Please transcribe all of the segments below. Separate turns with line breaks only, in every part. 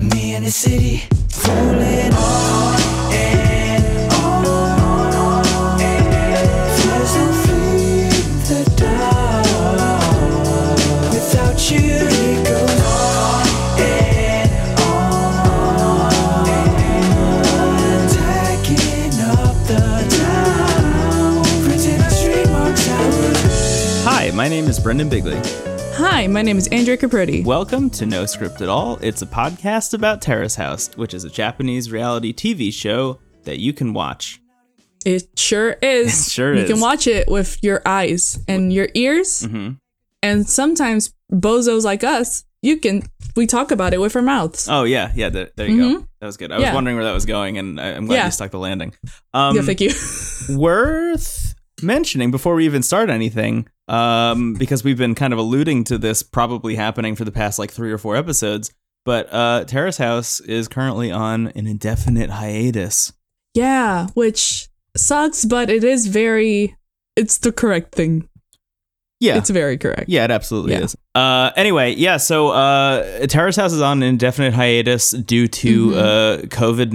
in the city, rolling on and on and on. Flies don't flee the dark. Without you, it goes on and on and Taking up the town, printing our trademarks out.
Hi, my name is Brendan Bigley.
Hi, my name is Andrea Capriti.
Welcome to No Script at All. It's a podcast about Terrace House, which is a Japanese reality TV show that you can watch.
It sure is.
It sure
you
is. Mm-hmm.
can watch it with your eyes and your ears, and sometimes bozos like us, you can. We talk about it with our mouths.
Oh yeah, yeah. There, there you go. That was good. I was
Mm-hmm. Yeah.
wondering where that was going, and I, I'm glad
Yeah.
you stuck the landing. Um,
yeah, thank you.
worth mentioning before we even start anything um because we've been kind of alluding to this probably happening for the past like three or four episodes but uh terrace house is currently on an indefinite hiatus
yeah, which sucks, but it is very. It's the correct thing.
yeah
It's very correct.
yeah it absolutely
Yeah.
is uh anyway yeah so uh terrace house is on an indefinite hiatus due to
Mm-hmm.
uh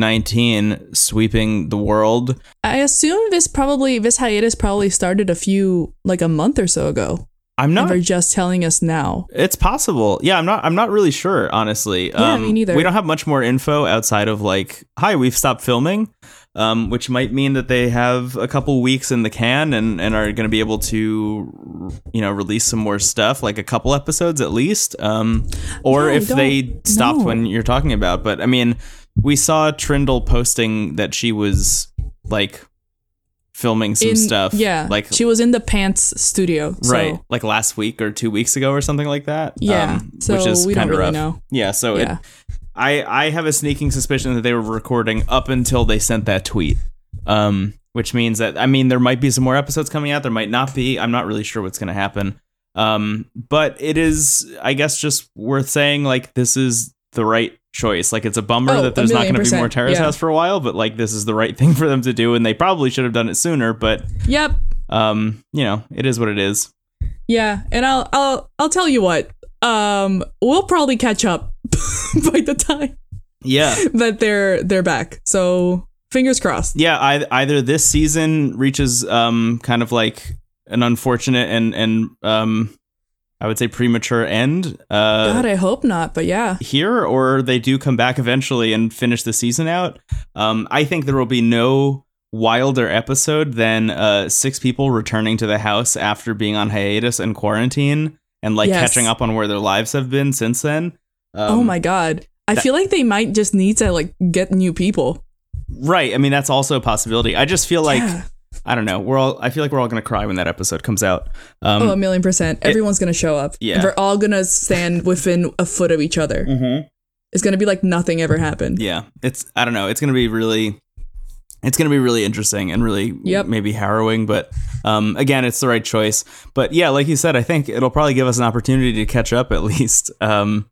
covid-19 sweeping the world
I assume this probably this hiatus probably started a few like a month or so ago.
i'm
And
not
they're just telling us now.
It's possible. Yeah, I'm not. I'm not really sure, honestly. Um,
Yeah, me neither.
We don't have much more info outside of like, "Hi, we've stopped filming," um, which might mean that they have a couple weeks in the can and and are going to be able to, you know, release some more stuff, like a couple episodes at least, um, or
No, I
if they
don't
stopped
know.
when you're talking about. But I mean, we saw Trindle posting that she was like filming some
In-
stuff.
Yeah,
like
she was in the pants studio. so-
right like last week or two weeks ago or something like that Um,
Yeah, so
which is
we don't
kind of
really
rough
know.
yeah so
Yeah.
It, i i have a sneaking suspicion that they were recording up until they sent that tweet um which means that i mean there might be some more episodes coming out there might not be i'm not really sure what's going to happen um but it is i guess just worth saying like this is the right choice like it's a bummer
Oh,
that
a
there's not
million
going to be more
percent,
terrace
yeah.
house for a while but like this is the right thing for them to do and they probably should have done it sooner but
Yep.
um you know it is what it is
Yeah, and I'll I'll I'll tell you what. Um, we'll probably catch up by the time
yeah
that they're they're back. So fingers crossed.
yeah I, either this season reaches um kind of like an unfortunate and and um i would say premature end uh
God, I hope not. But yeah,
here or they do come back eventually and finish the season out um i think there will be no wilder episode than uh six people returning to the house after being on hiatus and quarantine and like
Yes.
catching up on where their lives have been since then um,
oh my God, I feel like they might just need to like get new people.
right i mean that's also a possibility i just feel like
Yeah.
i don't know we're all i feel like we're all gonna cry when that episode comes out um
oh, a million percent. Everyone's gonna show up.
Yeah.
they're all gonna stand within a foot of each other.
Mhm.
It's gonna be like nothing ever happened.
yeah it's i don't know it's gonna be really it's gonna be really interesting and really
Yep.
maybe harrowing but um again it's the right choice but yeah like you said i think it'll probably give us an opportunity to catch up at least um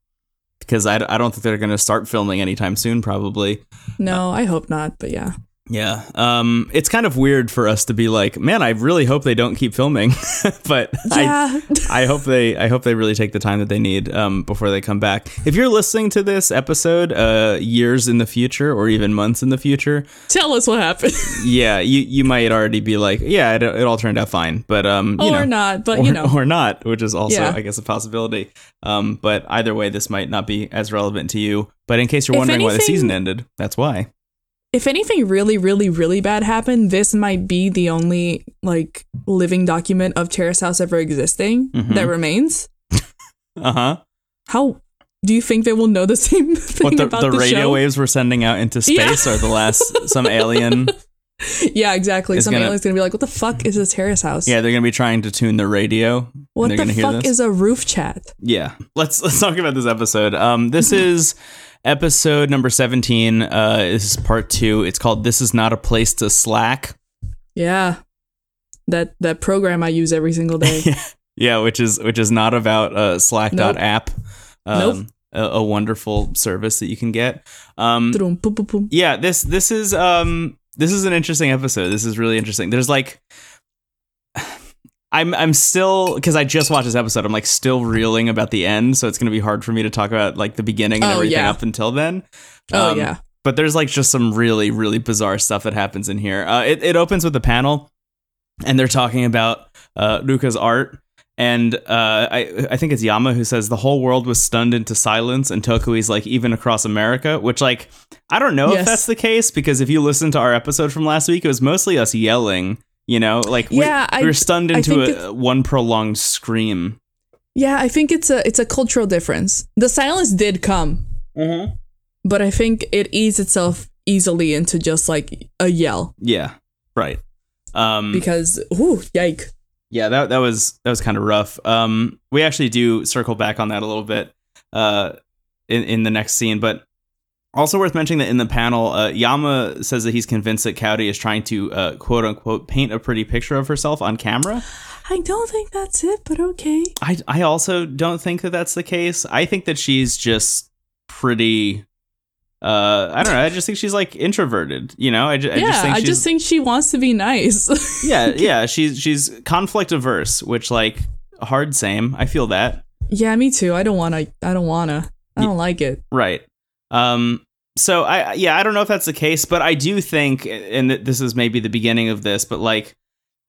because i, I don't think they're gonna start filming anytime soon probably
No, I hope not. But yeah,
yeah um it's kind of weird for us to be like man i really hope they don't keep filming but i
yeah.
I hope they I hope they really take the time that they need um, before they come back. If you're listening to this episode uh, years in the future or even months in the future,
tell us what happened,
yeah, you you might already be like, yeah, it, it all turned out fine, but um, you
or
know,
not. But
or,
you know,
or not, which is also
Yeah.
I guess a possibility. Um, but either way, this might not be as relevant to you. But in case you're
If
wondering why the
anything-
season ended, that's why.
if anything really really really bad happened this might be the only like living document of terrace house ever existing
Mhm.
that remains
Uh huh.
how do you think they will know the same thing
What the,
about
the
the,
radio
show
waves we're sending out into
Yeah.
space are the last some alien.
yeah exactly
is
some
gonna-
alien's gonna be like what the fuck is a terrace house
Yeah, they're gonna be trying to tune the radio.
what
and they're
the
gonna hear
fuck
this.
is a roof chat
yeah let's let's talk about this episode um this is episode number 17 uh this is part two it's called this is not a place to slack
yeah that that program i use every single day
yeah which is which is not about uh slack dot app um
Nope.
a, a wonderful service that you can get um
Drum, boom, boom, boom.
yeah this this is um this is an interesting episode this is really interesting there's like I'm I'm still because I just watched this episode. I'm like still reeling about the end, so it's gonna be hard for me to talk about like the beginning and
Oh,
everything
yeah.
up until then. Um,
Oh, yeah.
But there's like just some really really bizarre stuff that happens in here. Uh, it it opens with the panel, and they're talking about uh, Luca's art. And uh, I, I think it's Yama who says the whole world was stunned into silence, and Tokui's like even across America, which like I don't know if
Yes.
that's the case because if you listen to our episode from last week, it was mostly us yelling. You know, like we,
Yeah, I-
we were stunned
I
into
think
a,
it's-
one prolonged scream.
Yeah, I think it's a it's a cultural difference. The silence did come,
Mm-hmm.
but I think it eased itself easily into just like a yell
Yeah, right. Um,
because ooh, yike.
yeah that that was that was kind of rough um we actually do circle back on that a little bit uh in in the next scene but also worth mentioning that in the panel uh, yama says that he's convinced that Cowdy is trying to uh, quote unquote paint a pretty picture of herself on camera
I don't think that's it, but okay.
i i also don't think that that's the case i think that she's just pretty uh i don't know i just think she's like introverted you know i, ju- I
yeah,
just think
I
she's
just think she wants to be nice.
yeah yeah she's she's conflict averse which like hard same i feel that
yeah, me too. I don't wanna. I don't wanna. I don't like it.
Right. Um so I yeah, I don't know if that's the case, but I do think and th- this is maybe the beginning of this, but like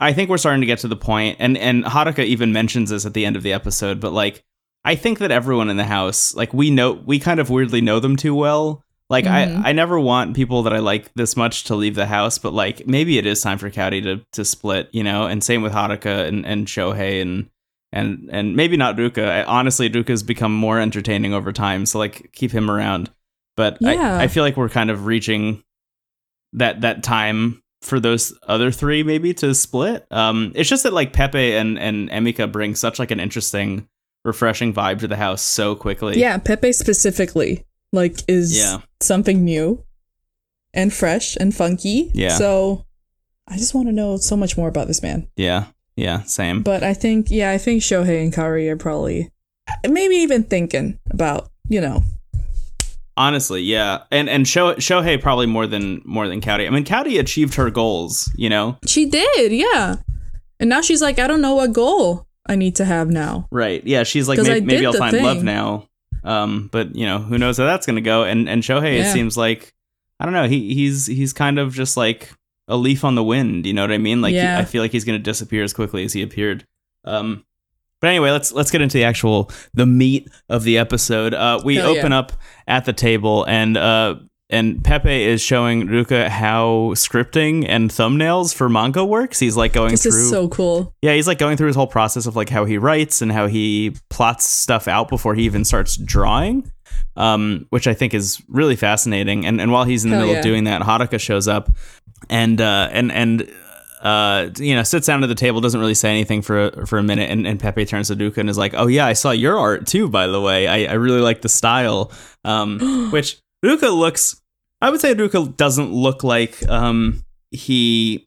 I think we're starting to get to the point and and Haruka even mentions this at the end of the episode, but like I think that everyone in the house, like we know we kind of weirdly know them too well. Like
Mhm.
I I never want people that I like this much to leave the house, but like maybe it is time for Cowdy to to split, you know, and same with Haruka and and Shohei and and and maybe not Duca. I, honestly, Duca's become more entertaining over time, so like keep him around. But
Yeah.
I, I feel like we're kind of reaching that that time for those other three maybe to split. Um, it's just that like Pepe and and Emika bring such like an interesting, refreshing vibe to the house so quickly.
Yeah, Pepe specifically like is
Yeah.
something new and fresh and funky.
Yeah.
So I just want to know so much more about this man.
yeah, yeah, same.
But I think yeah, I think Shohei and Kaori are probably maybe even thinking about, you know.
Honestly, yeah, and and Sho- Shohei probably more than more than Cowdy. I mean, Cowdy achieved her goals, you know.
She did, yeah. And now she's like, I don't know what goal I need to have now.
Right. Yeah. She's like,
'Cause I
maybe,
did
maybe I'll
the
find love
thing.
now. Um, but you know, who knows how that's gonna go? And and Shohei, it
Yeah.
seems like I don't know. He he's he's kind of just like a leaf on the wind. You know what I mean? Like he-
Yeah.
I feel like he's gonna disappear as quickly as he appeared. Um, but anyway, let's let's get into the actual the meat of the episode. Uh, we
Hell Oh, yeah.
open up at the table and uh. And Pepe is showing Ruka how scripting and thumbnails for manga works. He's like going
This
through
is so cool.
yeah, he's like going through his whole process of like how he writes and how he plots stuff out before he even starts drawing, um, which I think is really fascinating. And and while he's in the
Hell
middle
yeah.
of doing that, Haruka shows up and uh, and and uh, you know sits down at the table, doesn't really say anything for a, for a minute, and, and Pepe turns to Duca and is like, "Oh yeah, I saw your art too, by the way. I, I really like the style." Um, which Duca looks, I would say Duca doesn't look like um, he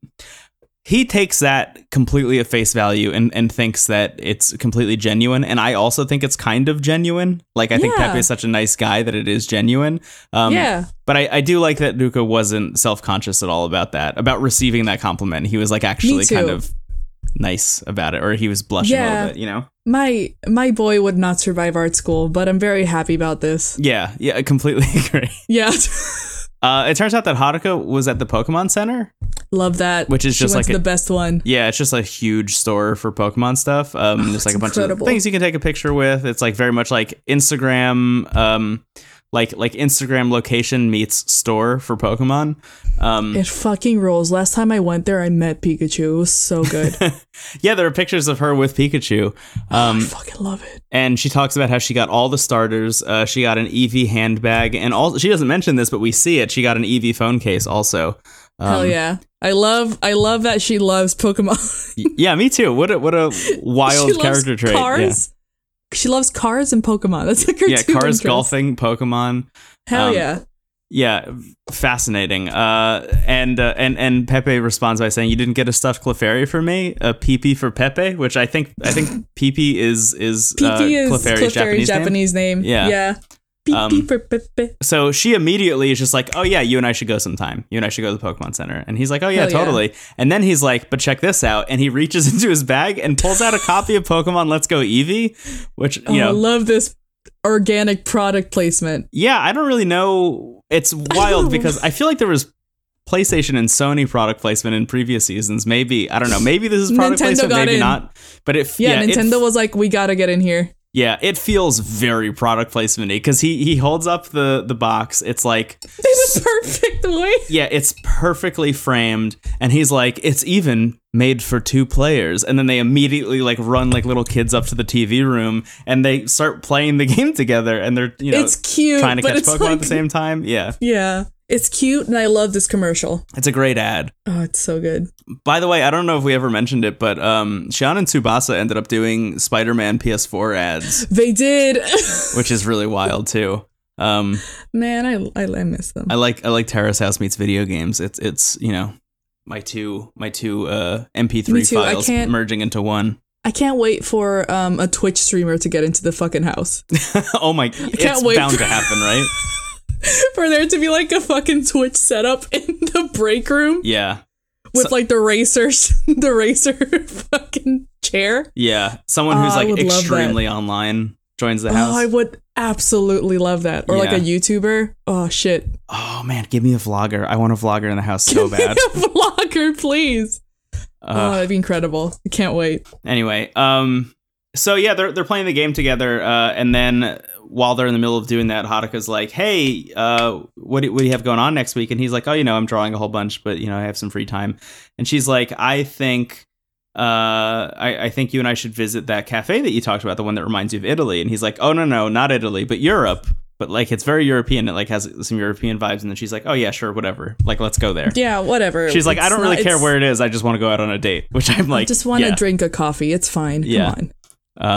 he takes that completely at face value and, and thinks that it's completely genuine. And I also think it's kind of genuine. Like I think
Yeah.
Pepe is such a nice guy that it is genuine. Um,
yeah.
But I, I do like that Luca wasn't self conscious at all about that, about receiving that compliment. He was like actually
too.
kind of nice about it, or he was blushing a
Yeah.
little bit, you know?
My my boy would not survive art school, but I'm very happy about this.
Yeah, yeah, I completely agree.
Yeah.
Uh, it turns out that Haruka was at the Pokemon Center.
Love that.
Which is
She
just
went
like
to
a-
the best one.
Yeah, it's just a huge store for Pokemon stuff. Um, there's
it's
like a bunch
Oh, incredible.
of things you can take a picture with. It's like very much like Instagram, um, like like Instagram location meets store for Pokemon. Um,
It fucking rolls. Last time I went there, I met Pikachu. It was so good.
yeah, there are pictures of her with Pikachu.
I
Um,
fucking love it.
and she talks about how she got all the starters. Uh, she got an EV handbag, and all she doesn't mention this, but we see it. She got an EV phone case also. Um,
Hell yeah. I love I love that she loves Pokemon.
y- yeah, me too. What a what a wild
she loves
character trait. Yeah.
Cars. She loves cars and Pokemon. That's like her
Yeah,
two
cars,
interests.
golfing, Pokemon.
Hell
um,
yeah.
Yeah, fascinating. Uh, and uh, and and Pepe responds by saying, "You didn't get a stuffed Clefairy for me, a PP for Pepe," which I think I think PP is is
PP
uh,
is Clefairy's Japanese,
Japanese name.
name.
Yeah.
Yeah. Beep,
Um,
beep, beep, beep, beep.
so she immediately is just like, "Oh yeah, you and I should go sometime. You and I should go to the Pokemon Center." And he's like, "Oh yeah,
Hell yeah.
totally." And then he's like, "But check this out." And he reaches into his bag and pulls out a copy of Pokemon Let's Go Eevee, which you
Oh, I
know,
love this organic product placement.
yeah, I don't really know. It's wild
know.
because I feel like there was PlayStation and Sony product placement in previous seasons. Maybe I don't know. Maybe this is product
Nintendo
placement,
got
maybe
in.
not. But it
Yeah,
it
Nintendo was like, we gotta get in here.
Yeah, it feels very product placement because he he holds up the the box. It's like
It's a perfect way.
yeah, it's perfectly framed, and he's like, it's even made for two players. And then they immediately like run like little kids up to the TV room and they start playing the game together, and they're you know
it's cute,
trying to
but
catch
it's
Pokemon
like,
at the same time. Yeah,
yeah, it's cute, and I love this commercial.
it's a great ad.
Oh, it's so good.
By the way, I don't know if we ever mentioned it, but um, Sean and Tsubasa ended up doing Spider-Man PS4 ads,
They did,
which is really wild too. Um,
man. I, I I miss them.
I like I like Terrace House meets video games. It's it's you know my two my two uh,
Me
MP3
too, I
files
can't-
merging into one.
I can't wait for um a Twitch streamer to get into the fucking house
oh my! it's
wait
bound
for-
to happen, right?
for there to be like a fucking Twitch setup in the break room
Yeah,
with like the racers, the racer fucking chair.
yeah. Someone who's
Oh, I
like
would love that.
extremely online joins the
Oh, I
house.
would absolutely love that. Or like
Yeah.
a YouTuber. Oh shit.
Oh man, give me a vlogger. I want a vlogger in the house so bad.
Vlogger, please. oh,
Uh,
that'd be incredible. I can't wait.
anyway, um, so yeah, they're they're playing the game together, uh, and then while they're in the middle of doing that, Haruka's like, "Hey, uh, what do, what do you have going on next week?" And he's like, "Oh, you know, I'm drawing a whole bunch, but you know, I have some free time." And she's like, "I think." Uh, I, I think you and I should visit that cafe that you talked about, the one that reminds you of Italy. And he's like, "Oh no, no, not Italy, but Europe." But like, it's very European. It like has some European vibes. And then she's like, "Oh yeah, sure, whatever. Like, let's go there."
Yeah, whatever.
She's like, "I
It's
don't
not-
really care
it's-
where it is. I just want to go out on a date." Which I'm
I
like,
just want to
yeah.
drink a coffee. It's fine.
Yeah.
Come on.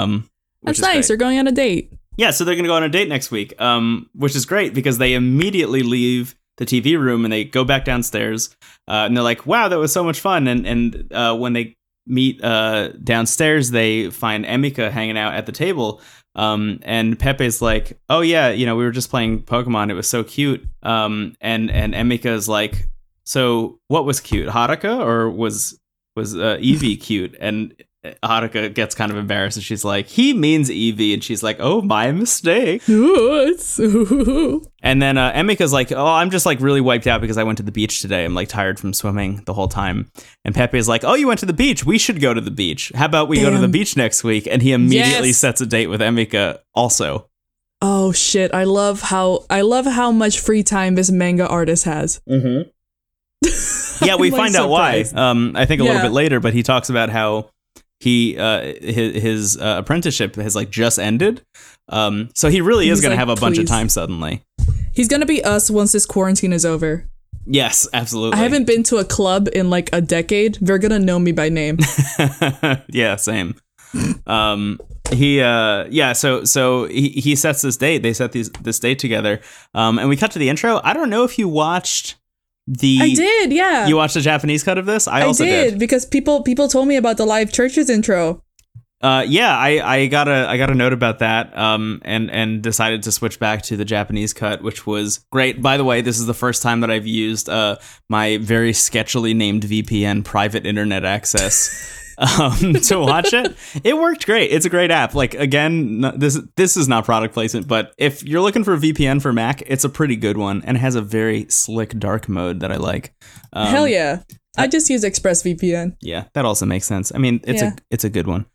Um, which
That's
is great.
nice. You're going on a date.
Yeah, so they're going to go on a date next week, um, which is great because they immediately leave the TV room and they go back downstairs. Uh, and they're like, wow, that was so much fun. And, and uh, when they meet uh, downstairs, they find Emika hanging out at the table. Um, and Pepe's like, oh, yeah, you know, we were just playing Pokemon. It was so cute. Um, and, and Emika's like, so what was cute? Haruka or was was uh, Evie cute? And Haruka gets kind of embarrassed and she's like, he means Evie. And she's like, oh, my mistake.
Ooh, it's- ooh.
And then uh, Emika's like, oh, I'm just like really wiped out because I went to the beach today. I'm like tired from swimming the whole time. And Pepe's like, oh, you went to the beach. We should go to the beach. How about we go to the
Damn.
beach next week? And he immediately
Yes.
sets a date with Emika also.
Oh shit. I love how I love how much free time this manga artist has.
Mm-hmm. yeah, we
I'm, like,
find out
surprised.
why. Um, I think a little
Yeah.
bit later, but he talks about how he uh, his, his uh, apprenticeship has like just ended. Um, so he really is
He's
going
like,
to have a bunch of
"Please."
time suddenly.
He's gonna be us once this quarantine is over.
Yes,
I
absolutely.
haven't been to a club in like a decade. They're gonna know me by name.
yeah, same. Um, he, uh, yeah. So, so he, he sets this date. They set these this date together. Um, and we cut to the intro. I don't know if you watched the.
I did, yeah.
You watched the Japanese cut of this? I,
I
also
did, because people people told me about the live churches intro.
Uh, yeah, I, I got a I got a note about that. Um, and and decided to switch back to the Japanese cut, which was great. By the way, this is the first time that I've used uh my very sketchily named VPN private internet access. um to watch it it worked great it's a great app like again no- this this is not product placement but if you're looking for a vpn for mac it's a pretty good one and it has a very slick dark mode that i like um,
Hell yeah. I just use ExpressVPN.
yeah that also makes sense i mean it's
Yeah.
a it's a good one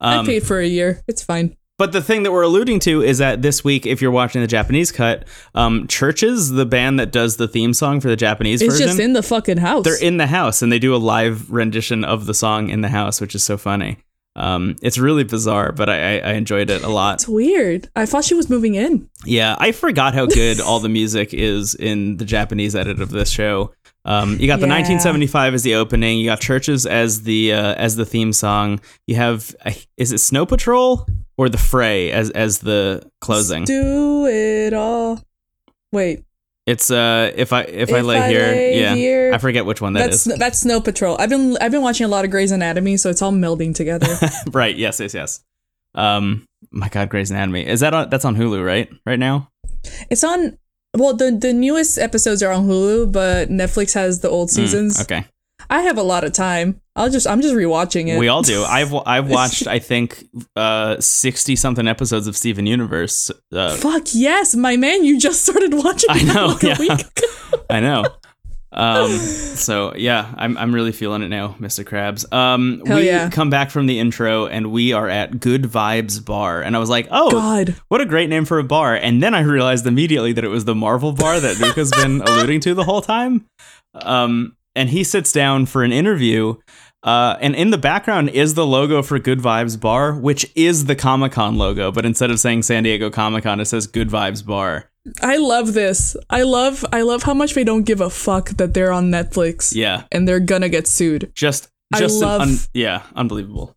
I
Um,
paid for a year. It's fine.
But the thing that we're alluding to is that this week, if you're watching the Japanese cut, um, Churches, the band that does the theme song for the Japanese
It's
version,
just in the fucking house.
they're in the house and they do a live rendition of the song in the house, which is so funny. Um, it's really bizarre, but I, I, I enjoyed it a lot.
it's weird. I thought she was moving in.
Yeah, I forgot how good all the music is in the Japanese edit of this show. Um, you got the
Yeah.
1975 as the opening. You got Churches as the uh, as the theme song. You have I- is it Snow Patrol or the Fray as as the closing?
Do it all. Wait,
It's uh if I if, I
If
lay
I
here,
Lay
yeah.
Here.
I forget which one that
that's
is.
that's Snow Patrol. I've been I've been watching a lot of Grey's Anatomy, so it's all melding together.
right, yes, yes, yes. Um my god, Grey's Anatomy. Is that on that's on Hulu, right? Right now?
It's on. Well, the the newest episodes are on Hulu, but Netflix has the old seasons.
Hmm, Okay.
I have a lot of time. I'll just I'm just rewatching it.
We all do. I've I've watched I think uh 60 something episodes of Steven Universe. Uh,
Fuck yes, my man! You just started watching.
I
that
know,
like a
yeah.
week ago.
I know. Um so yeah, I'm I'm really feeling it now, Mr. Krabs. Um
Hell
we
yeah.
come back from the intro and we are at Good Vibes Bar and I was like, "Oh,
God.
what a great name for a bar." And then I realized immediately that it was the Marvel bar that Luke has been alluding to the whole time. Um and he sits down for an interview uh, and in the background is the logo for Good Vibes Bar, which is the Comic Con logo, but instead of saying San Diego Comic Con, it says Good Vibes Bar.
I love this. I love I love how much they don't give a fuck that they're on Netflix
Yeah,
and they're gonna get sued.
just
I
just an
love-
un- yeah, unbelievable.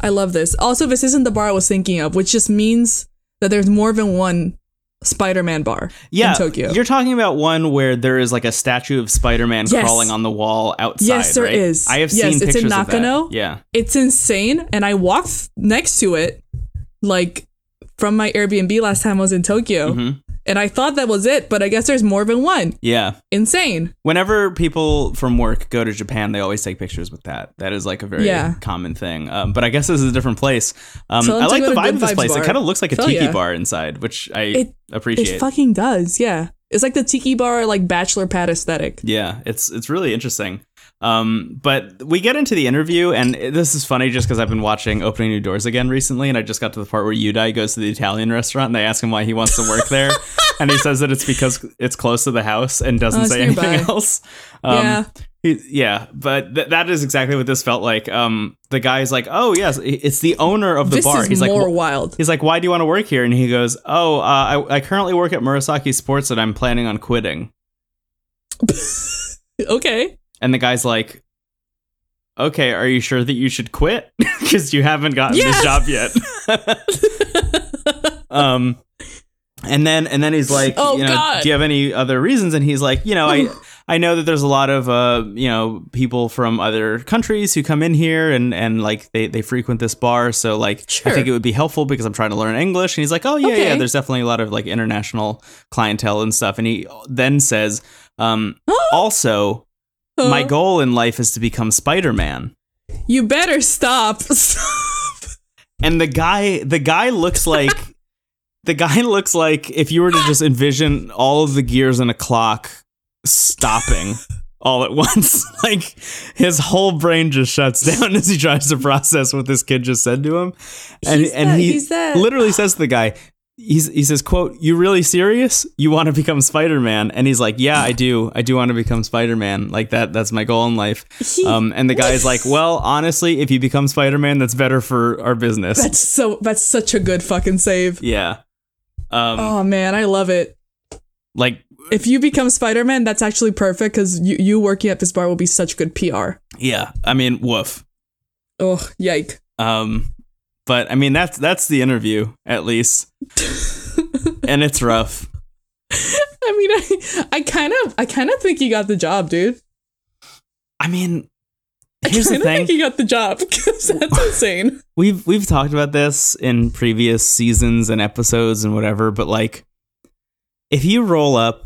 I love this. Also, this isn't the bar I was thinking of, which just means that there's more than one Spider-Man bar
yeah,
in Tokyo.
You're talking about one where there is like a statue of Spider-Man
Yes.
crawling on the wall outside.
Yes, there
right?
is.
I have
Yes,
seen
it's in
pictures
Nakano.
of that. Yeah,
it's insane, and I walked next to it, like from my Airbnb last time I was in Tokyo,
Mhm.
and I thought that was it, but I guess there's more than one.
yeah.
Insane.
Whenever people from work go to Japan, they always take pictures with that. That is like a very
Yeah.
common thing. Um, but I guess this is a different place. Um,
Tell them
I
to
like
go
the
to
vibe
Good
of this
Vibes
place. It
Bar.
kind of looks like a
Hell
tiki
yeah.
bar inside, which I
It-
appreciate.
It fucking does, yeah. It's like the tiki bar, like bachelor pad aesthetic.
Yeah, it's it's really interesting. Um, but we get into the interview, and this is funny just because I've been watching Opening New Doors again recently, and I just got to the part where Yudai goes to the Italian restaurant, and they ask him why he wants to work there, and he says that it's because it's close to the house and doesn't
Oh, it's
say anything
nearby.
else. Um,
Yeah.
he- yeah, but th- that is exactly what this felt like. Um, the guy's like, "Oh yes, it's the owner of the
this
bar."
is
He's like,
more
"Wh-
wild.
He's like, "Why do you want to work here?" And he goes, "Oh, uh, I, I currently work at Murasaki Sports, and I'm planning on quitting."
Okay.
And the guy's like, "Okay, are you sure that you should quit because you haven't gotten
Yeah.
this job yet?" um, and then and then he's like,
Oh,
you know,
God.
do you have any other reasons?" And he's like, "You know, I I know that there's a lot of uh, you know, people from other countries who come in here and and like they they frequent this bar, so like I
Sure.
think it would be helpful because I'm trying to learn English." And he's like, "Oh yeah, yeah,
Okay.
there's definitely a lot of like international clientele and stuff." And he then says, um, also, my
Uh,
goal in life is to become Spider-Man.
You better stop.
And the guy the guy looks like the guy looks like if you were to just envision all of the gears in a clock stopping all at once. like his whole brain just shuts down as he tries to process what this kid just said to him. And
He's
and
that-
he
he's that-
literally says to the guy He's, he says, "quote You really serious? You want to become Spider Man?" And he's like, "Yeah, I do. I do want to become Spider Man. Like that. That's my goal in life."
He-
Um, and the guy's like, "Well, honestly, if you become Spider-Man, that's better for our business."
that's so that's such a good fucking save.
yeah. Um,
Oh man, I love it.
like
If you become Spider-Man, that's actually perfect because you, you working at this bar will be such good PR.
yeah. I mean, woof.
Oh, yike.
Um, but I mean, that's that's the interview at least, and it's rough.
I mean, I, I kind of I kind of think you got the job, dude.
I mean, here's
I
the
don't think
thing.
you got the job because that's insane.
We've we've talked about this in previous seasons and episodes and whatever, but like if you roll up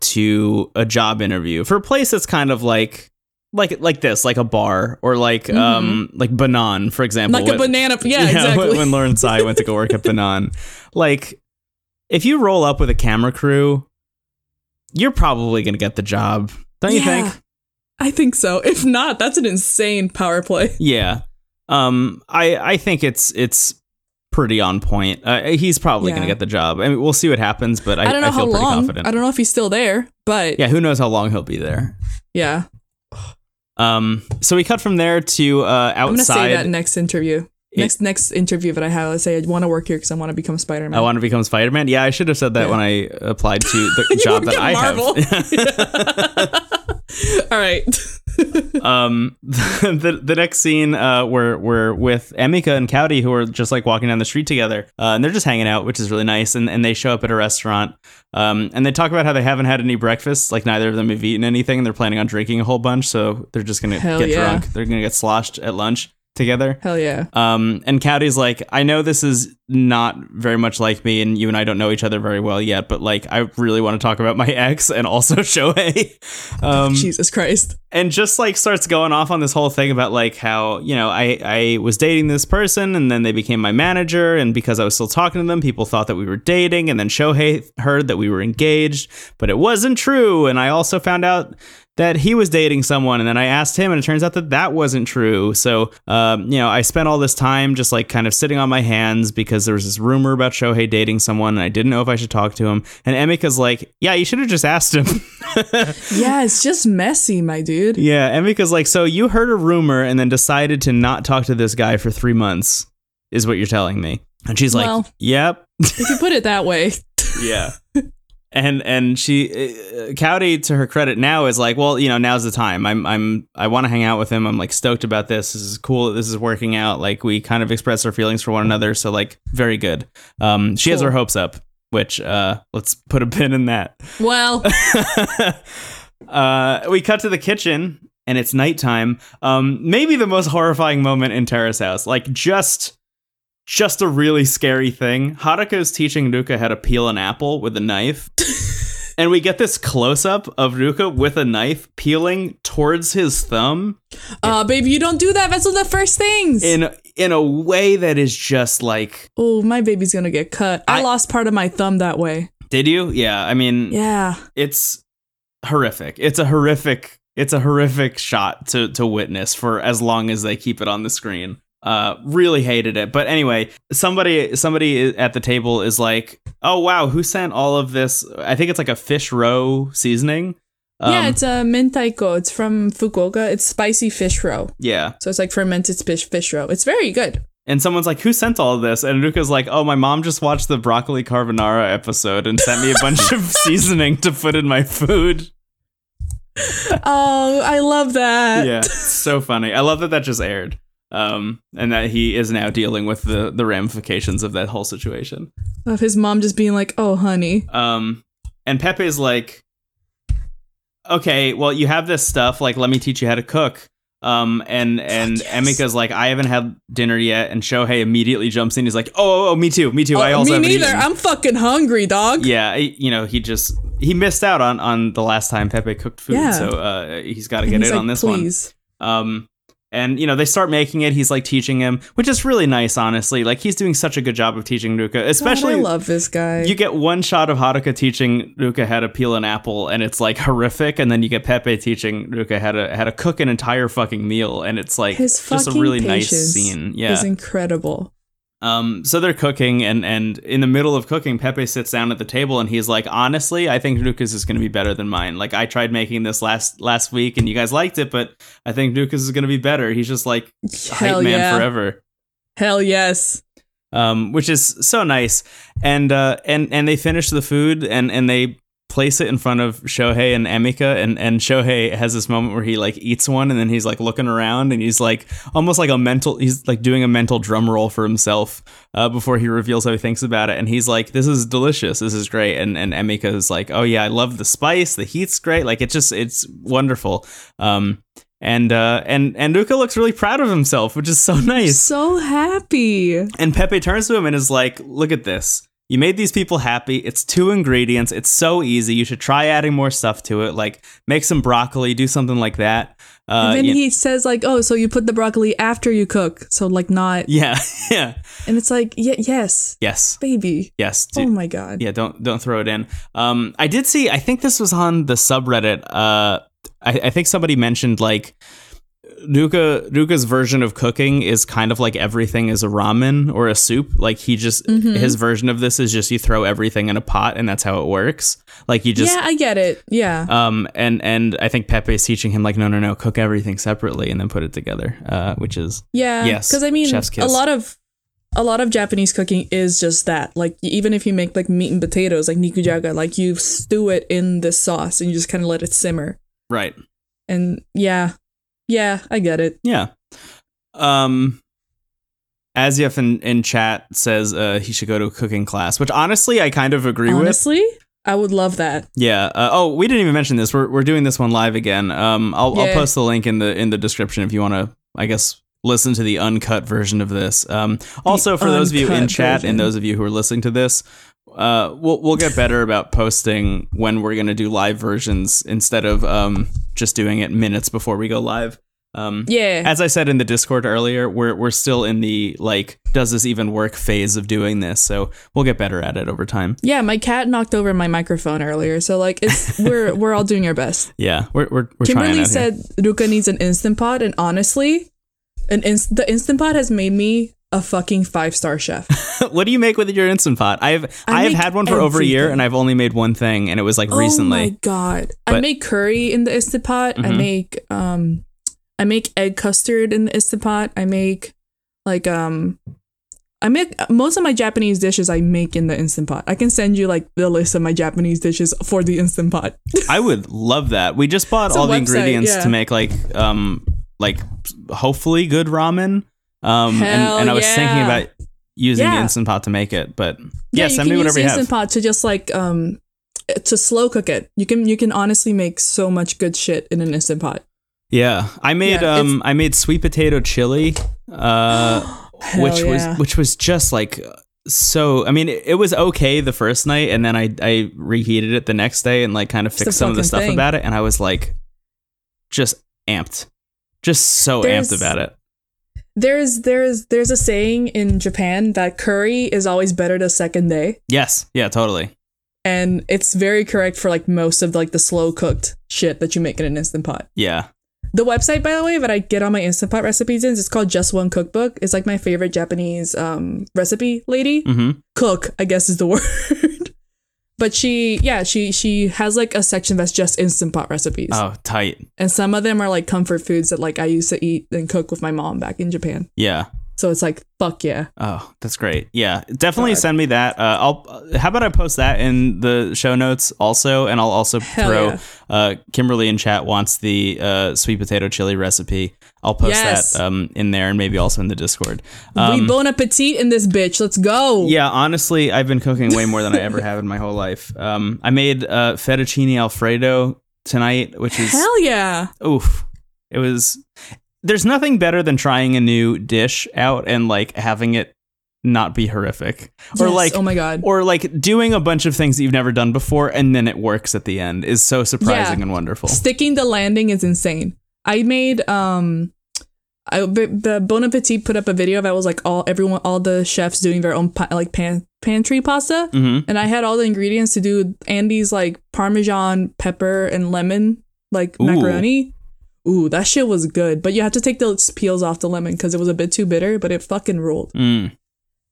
to a job interview for a place that's kind of like like like this, like a bar or like um like Banan, for example.
Mm-hmm. Like a
When-
banana. Yeah, exactly.
When, when Lauren Tsai went to go work at Banan, like if you roll up with a camera crew, you're probably gonna get the job, don't you
Yeah.
think?
I think so. If not, that's an insane power play.
Yeah. Um I I think it's it's pretty on point. Uh, he's probably going to
Yeah.
get the job. I mean, we'll see what happens, but I,
I, don't know
I feel
how
pretty
long.
confident.
I don't know if he's still there, but
yeah, who knows how long he'll be there.
yeah.
Um so we cut from there to uh
I'm gonna say that
outside
next interview.
It-
next next interview that I have, I say I want to work here because I want to become Spider Man.
I want to become Spider-Man. Yeah, I should have said that
Yeah.
when I applied to the
You
job
work
that
at
I
Marvel. All right.
have. Um the the next scene uh we're we're with Emika and Cowdy who are just like walking down the street together. Uh, and they're just hanging out, which is really nice and and they show up at a restaurant Um, and they talk about how they haven't had any breakfast. Like neither of them have eaten anything. and They're planning on drinking a whole bunch, so they're just gonna
Hell
get
yeah.
drunk. They're gonna get sloshed at lunch. together.
Hell yeah.
Um, and Cowdy's like, I know this is not very much like me, and you and I don't know each other very well yet, but like, I really want to talk about my ex and also Shohei. Um,
Jesus Christ.
and just like starts going off on this whole thing about like how you know I I was dating this person and then they became my manager and because I was still talking to them people thought that we were dating and then Shohei heard that we were engaged but it wasn't true and I also found out that he was dating someone and then I asked him and it turns out that that wasn't true so um, you know I spent all this time just like kind of sitting on my hands because there was this rumor about Shohei dating someone and I didn't know if I should talk to him and Emika's like yeah you should have just asked him.
Yeah, it's just messy, my dude.
Yeah, and because like, so you heard a rumor and then decided to not talk to this guy for three months, is what you're telling me. And she's like,
Well.
"Yep,
If you put it that way.
yeah." and and she, uh, Cowdy, to her credit, now is like, "Well, you know, now's the time. I'm I'm I want to hang out with him. I'm like stoked about this. This is cool. that This is working out. Like we kind of express our feelings for one another. So like, very good. Um, she has
Cool.
her hopes up, which uh, let's put a pin in that.
Well,
uh, we cut to the kitchen and it's nighttime. Um, maybe the most horrifying moment in Terrace House. Like just just a really scary thing. Hadako's teaching Ruka how to peel an apple with a knife. and we get this close up of Ruka with a knife peeling towards his thumb
uh, baby, you don't do that. That's one of the first things.
in in a way that is just like
oh, my baby's gonna get cut. I,
I-
lost part of my thumb that way.
did you? Yeah, I mean
Yeah.
it's horrific. It's a horrific. It's a horrific shot to to witness for as long as they keep it on the screen. Uh, really hated it. But anyway, somebody somebody at the table is like, "Oh wow, who sent all of this? I think it's like a fish roe seasoning." Um,
yeah, it's a mentaiko. It's from Fukuoka. It's spicy fish roe.
yeah.
So it's like fermented fish fish roe. It's very good.
And someone's like, "Who sent all of this?" And Ruka's like, "Oh, my mom just watched the broccoli carbonara episode and sent me a bunch of seasoning to put in my food."
oh, I love that.
yeah, so funny. I love that that just aired. Um, and that he is now dealing with the the ramifications of that whole situation.
Of his mom just being like, "Oh, honey,
Um, and Pepe's like, okay, well, you have this stuff. Like, let me teach you how to cook. Um, and and
Yes.
Emika's like, I haven't had dinner yet. And Shohei immediately jumps in. He's like, oh, oh, oh me too, me too. I
Oh,
also
me
haven't
neither.
eaten."
I'm fucking hungry, dog."
yeah, he- you know, he just he missed out on on the last time Pepe cooked food.
Yeah.
So uh, he's got to
And
get
he's
in
like,
on this one.
Please.
Um, and you know they start making it. He's like teaching him, which is really nice, honestly. Like he's doing such a good job of teaching Ruka,
Especially,
especially.
I love this guy.
you get one shot of Haruka teaching Ruka how to peel an apple, and it's like horrific. And then you get Pepe teaching Ruka how to how to cook an entire fucking meal, and it's like
His
just a
fucking
really nice
patience
scene. Yeah,
is incredible.
um, so they're cooking, and and in the middle of cooking, Pepe sits down at the table, and he's like, "Honestly, I think Nuka's is going to be better than mine. Like, I tried making this last last week, and you guys liked it, but I think Nuka's is going to be better." He's just like
Hell
hype man
yeah.
forever,
Hell yes.
um, which is so nice. And uh, and and they finish the food, and and they place it in front of Shohei and Emika, and and Shohei has this moment where he like eats one, and then he's like looking around, and he's like almost like a mental, he's like doing a mental drum roll for himself uh, before he reveals how he thinks about it, and he's like, "This is delicious, this is great," and and Emika is like, "Oh yeah, I love the spice, the heat's great, like it's just it's wonderful." Um, and uh, and and Luca looks really proud of himself, which is so nice.
So happy.
And Pepe turns to him and is like, "Look at this. You made these people happy. It's two ingredients. It's so easy. You should try adding more stuff to it. Like make some broccoli, do something like that." Uh,
and then
you-
he says like, "Oh, so you put the broccoli after you cook, so like not."
yeah, yeah,
And it's like, "Yeah, yes,
yes,
baby."
yes.
Oh
Do,
my god.
yeah, don't don't throw it in. Um, I did see. I think this was on the subreddit. Uh, I, I think somebody mentioned like. Ruka Ruka's version of cooking is kind of like everything is a ramen or a soup. Like he just
Mhm.
his version of this is just you throw everything in a pot and that's how it works. Like you just
yeah, I get it. Yeah.
um and and I think Pepe is teaching him like no no no cook everything separately and then put it together. Uh, which is
Yeah.
Yes,
Because I mean,
chef's
a
kiss.
lot of a lot of Japanese cooking is just that. Like e, even if you make like meat and potatoes, like nikujaga, like you stew it in the sauce and you just kind of let it simmer.
right.
And yeah, yeah, I get it.
Yeah. Um Asyaf in, in chat says uh, he should go to a cooking class, which honestly I kind of agree with.
Honestly, I would love that.
Yeah. Uh, oh, we didn't even mention this. We're we're doing this one live again. Um, I'll I'll
Yeah.
post the link in the in the description if you want to. I guess listen to the uncut version of this. Um, also, for those of you in
uncut
chat
version.
and those of you who are listening to this, uh, we'll we'll get better about posting when we're gonna do live versions instead of um, just doing it minutes before we go live. Um,
Yeah.
As I said in the Discord earlier, we're we're still in the like, does this even work phase of doing this? So we'll get better at it over time.
yeah, my cat knocked over my microphone earlier, so like it's we're we're all doing our best.
Yeah, we're we're, we're trying.
Kimberly
out here.
said Ruka needs an instant pot, and honestly, an inst- the instant pot has made me a fucking five star chef.
what do you make with your instant pot? I've
I
I have
make
had one for over a year
everything.
and I've only made one thing and it was like recently.
Oh my god. I
But-
make curry in the Instant Pot. I
Mhm.
make um I make egg custard in the Instant Pot. I make like um I make most of my Japanese dishes I make in the Instant Pot. I can send you like the list of my Japanese dishes for the Instant Pot.
I would love that. We just bought
It's a
all the
website,
ingredients
yeah.
to make like um like hopefully good ramen. Um
Hell
and, and I was thinking
yeah.
about using the
Yeah.
instant pot to make it, but yeah,
you
send
can
me
use
whatever
the
you have.
Instant Pot to just like um to slow cook it. You can you can honestly make so much good shit in an Instant Pot.
Yeah, I made
Yeah,
um I made sweet potato chili, uh,
Hell
which
yeah.
was which was just like so. I mean, it, it was okay the first night, and then I I reheated it the next day and like kind of
the
fixed some of the
fucking
stuff
thing.
about it, and I was like, just amped, just so amped
There's-
about it.
There's there's there's a saying in Japan that curry is always better the second day.
Yes, yeah, totally.
and it's very correct for like most of like the slow cooked shit that you make in an instant pot.
Yeah,
The website, by the way, that I get all my instant pot recipes in, is called Just One Cookbook. It's like my favorite Japanese um, recipe lady.
hmm
Cook, I guess, is the word. but she, yeah, she she has like a section that's just instant pot recipes,
Oh, tight.
and some of them are like comfort foods that like I used to eat and cook with my mom back in Japan.
Yeah.
So it's like fuck yeah.
Oh, that's great. Yeah, definitely
God.
send me that. Uh, I'll. How about I post that in the show notes also, and I'll also
Hell
throw.
yeah.
Uh, Kimberly in chat wants the uh, sweet potato chili recipe. I'll post
Yes.
that um, in there and maybe also in the Discord.
we
Um,
bon appetit in this bitch. Let's go.
yeah, honestly, I've been cooking way more than I ever have in my whole life. Um, I made uh, fettuccine alfredo tonight, which is
Hell yeah.
oof. It was. There's nothing better than trying a new dish out and like having it not be horrific or
Yes.
like
oh my god.
or like doing a bunch of things that you've never done before and then it works at the end is so surprising
Yeah.
and wonderful.
sticking the landing is insane. I made um, I the- the Bon Appetit put up a video that was like all everyone all the chefs doing their own pa- like pan- pantry pasta,
Mhm.
and I had all the ingredients to do Andy's like Parmesan pepper and lemon like
Ooh.
macaroni. Ooh, that shit was good, but you had to take the peels off the lemon because it was a bit too bitter, but it fucking ruled.
Mm.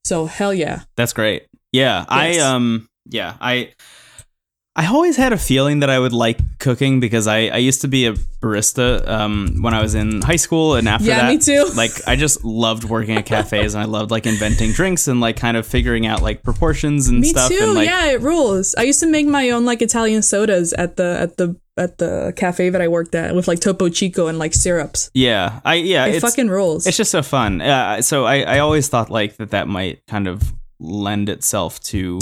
So hell yeah,
That's great. Yeah, I
Yes.
um yeah, I I always had a feeling that I would like cooking because I I used to be a barista um when I was in high school and after
Yeah,
that
me too.
like I just loved working at cafes and I loved like inventing drinks and like kind of figuring out like proportions and
me
stuff
too.
and like
yeah, it rules. I used to make my own like Italian sodas at the at the at the cafe that I worked at with like Topo Chico and like syrups.
yeah, I yeah,
it
it's
fucking rules.
it's just so fun. Uh, so I I always thought like that that might kind of lend itself to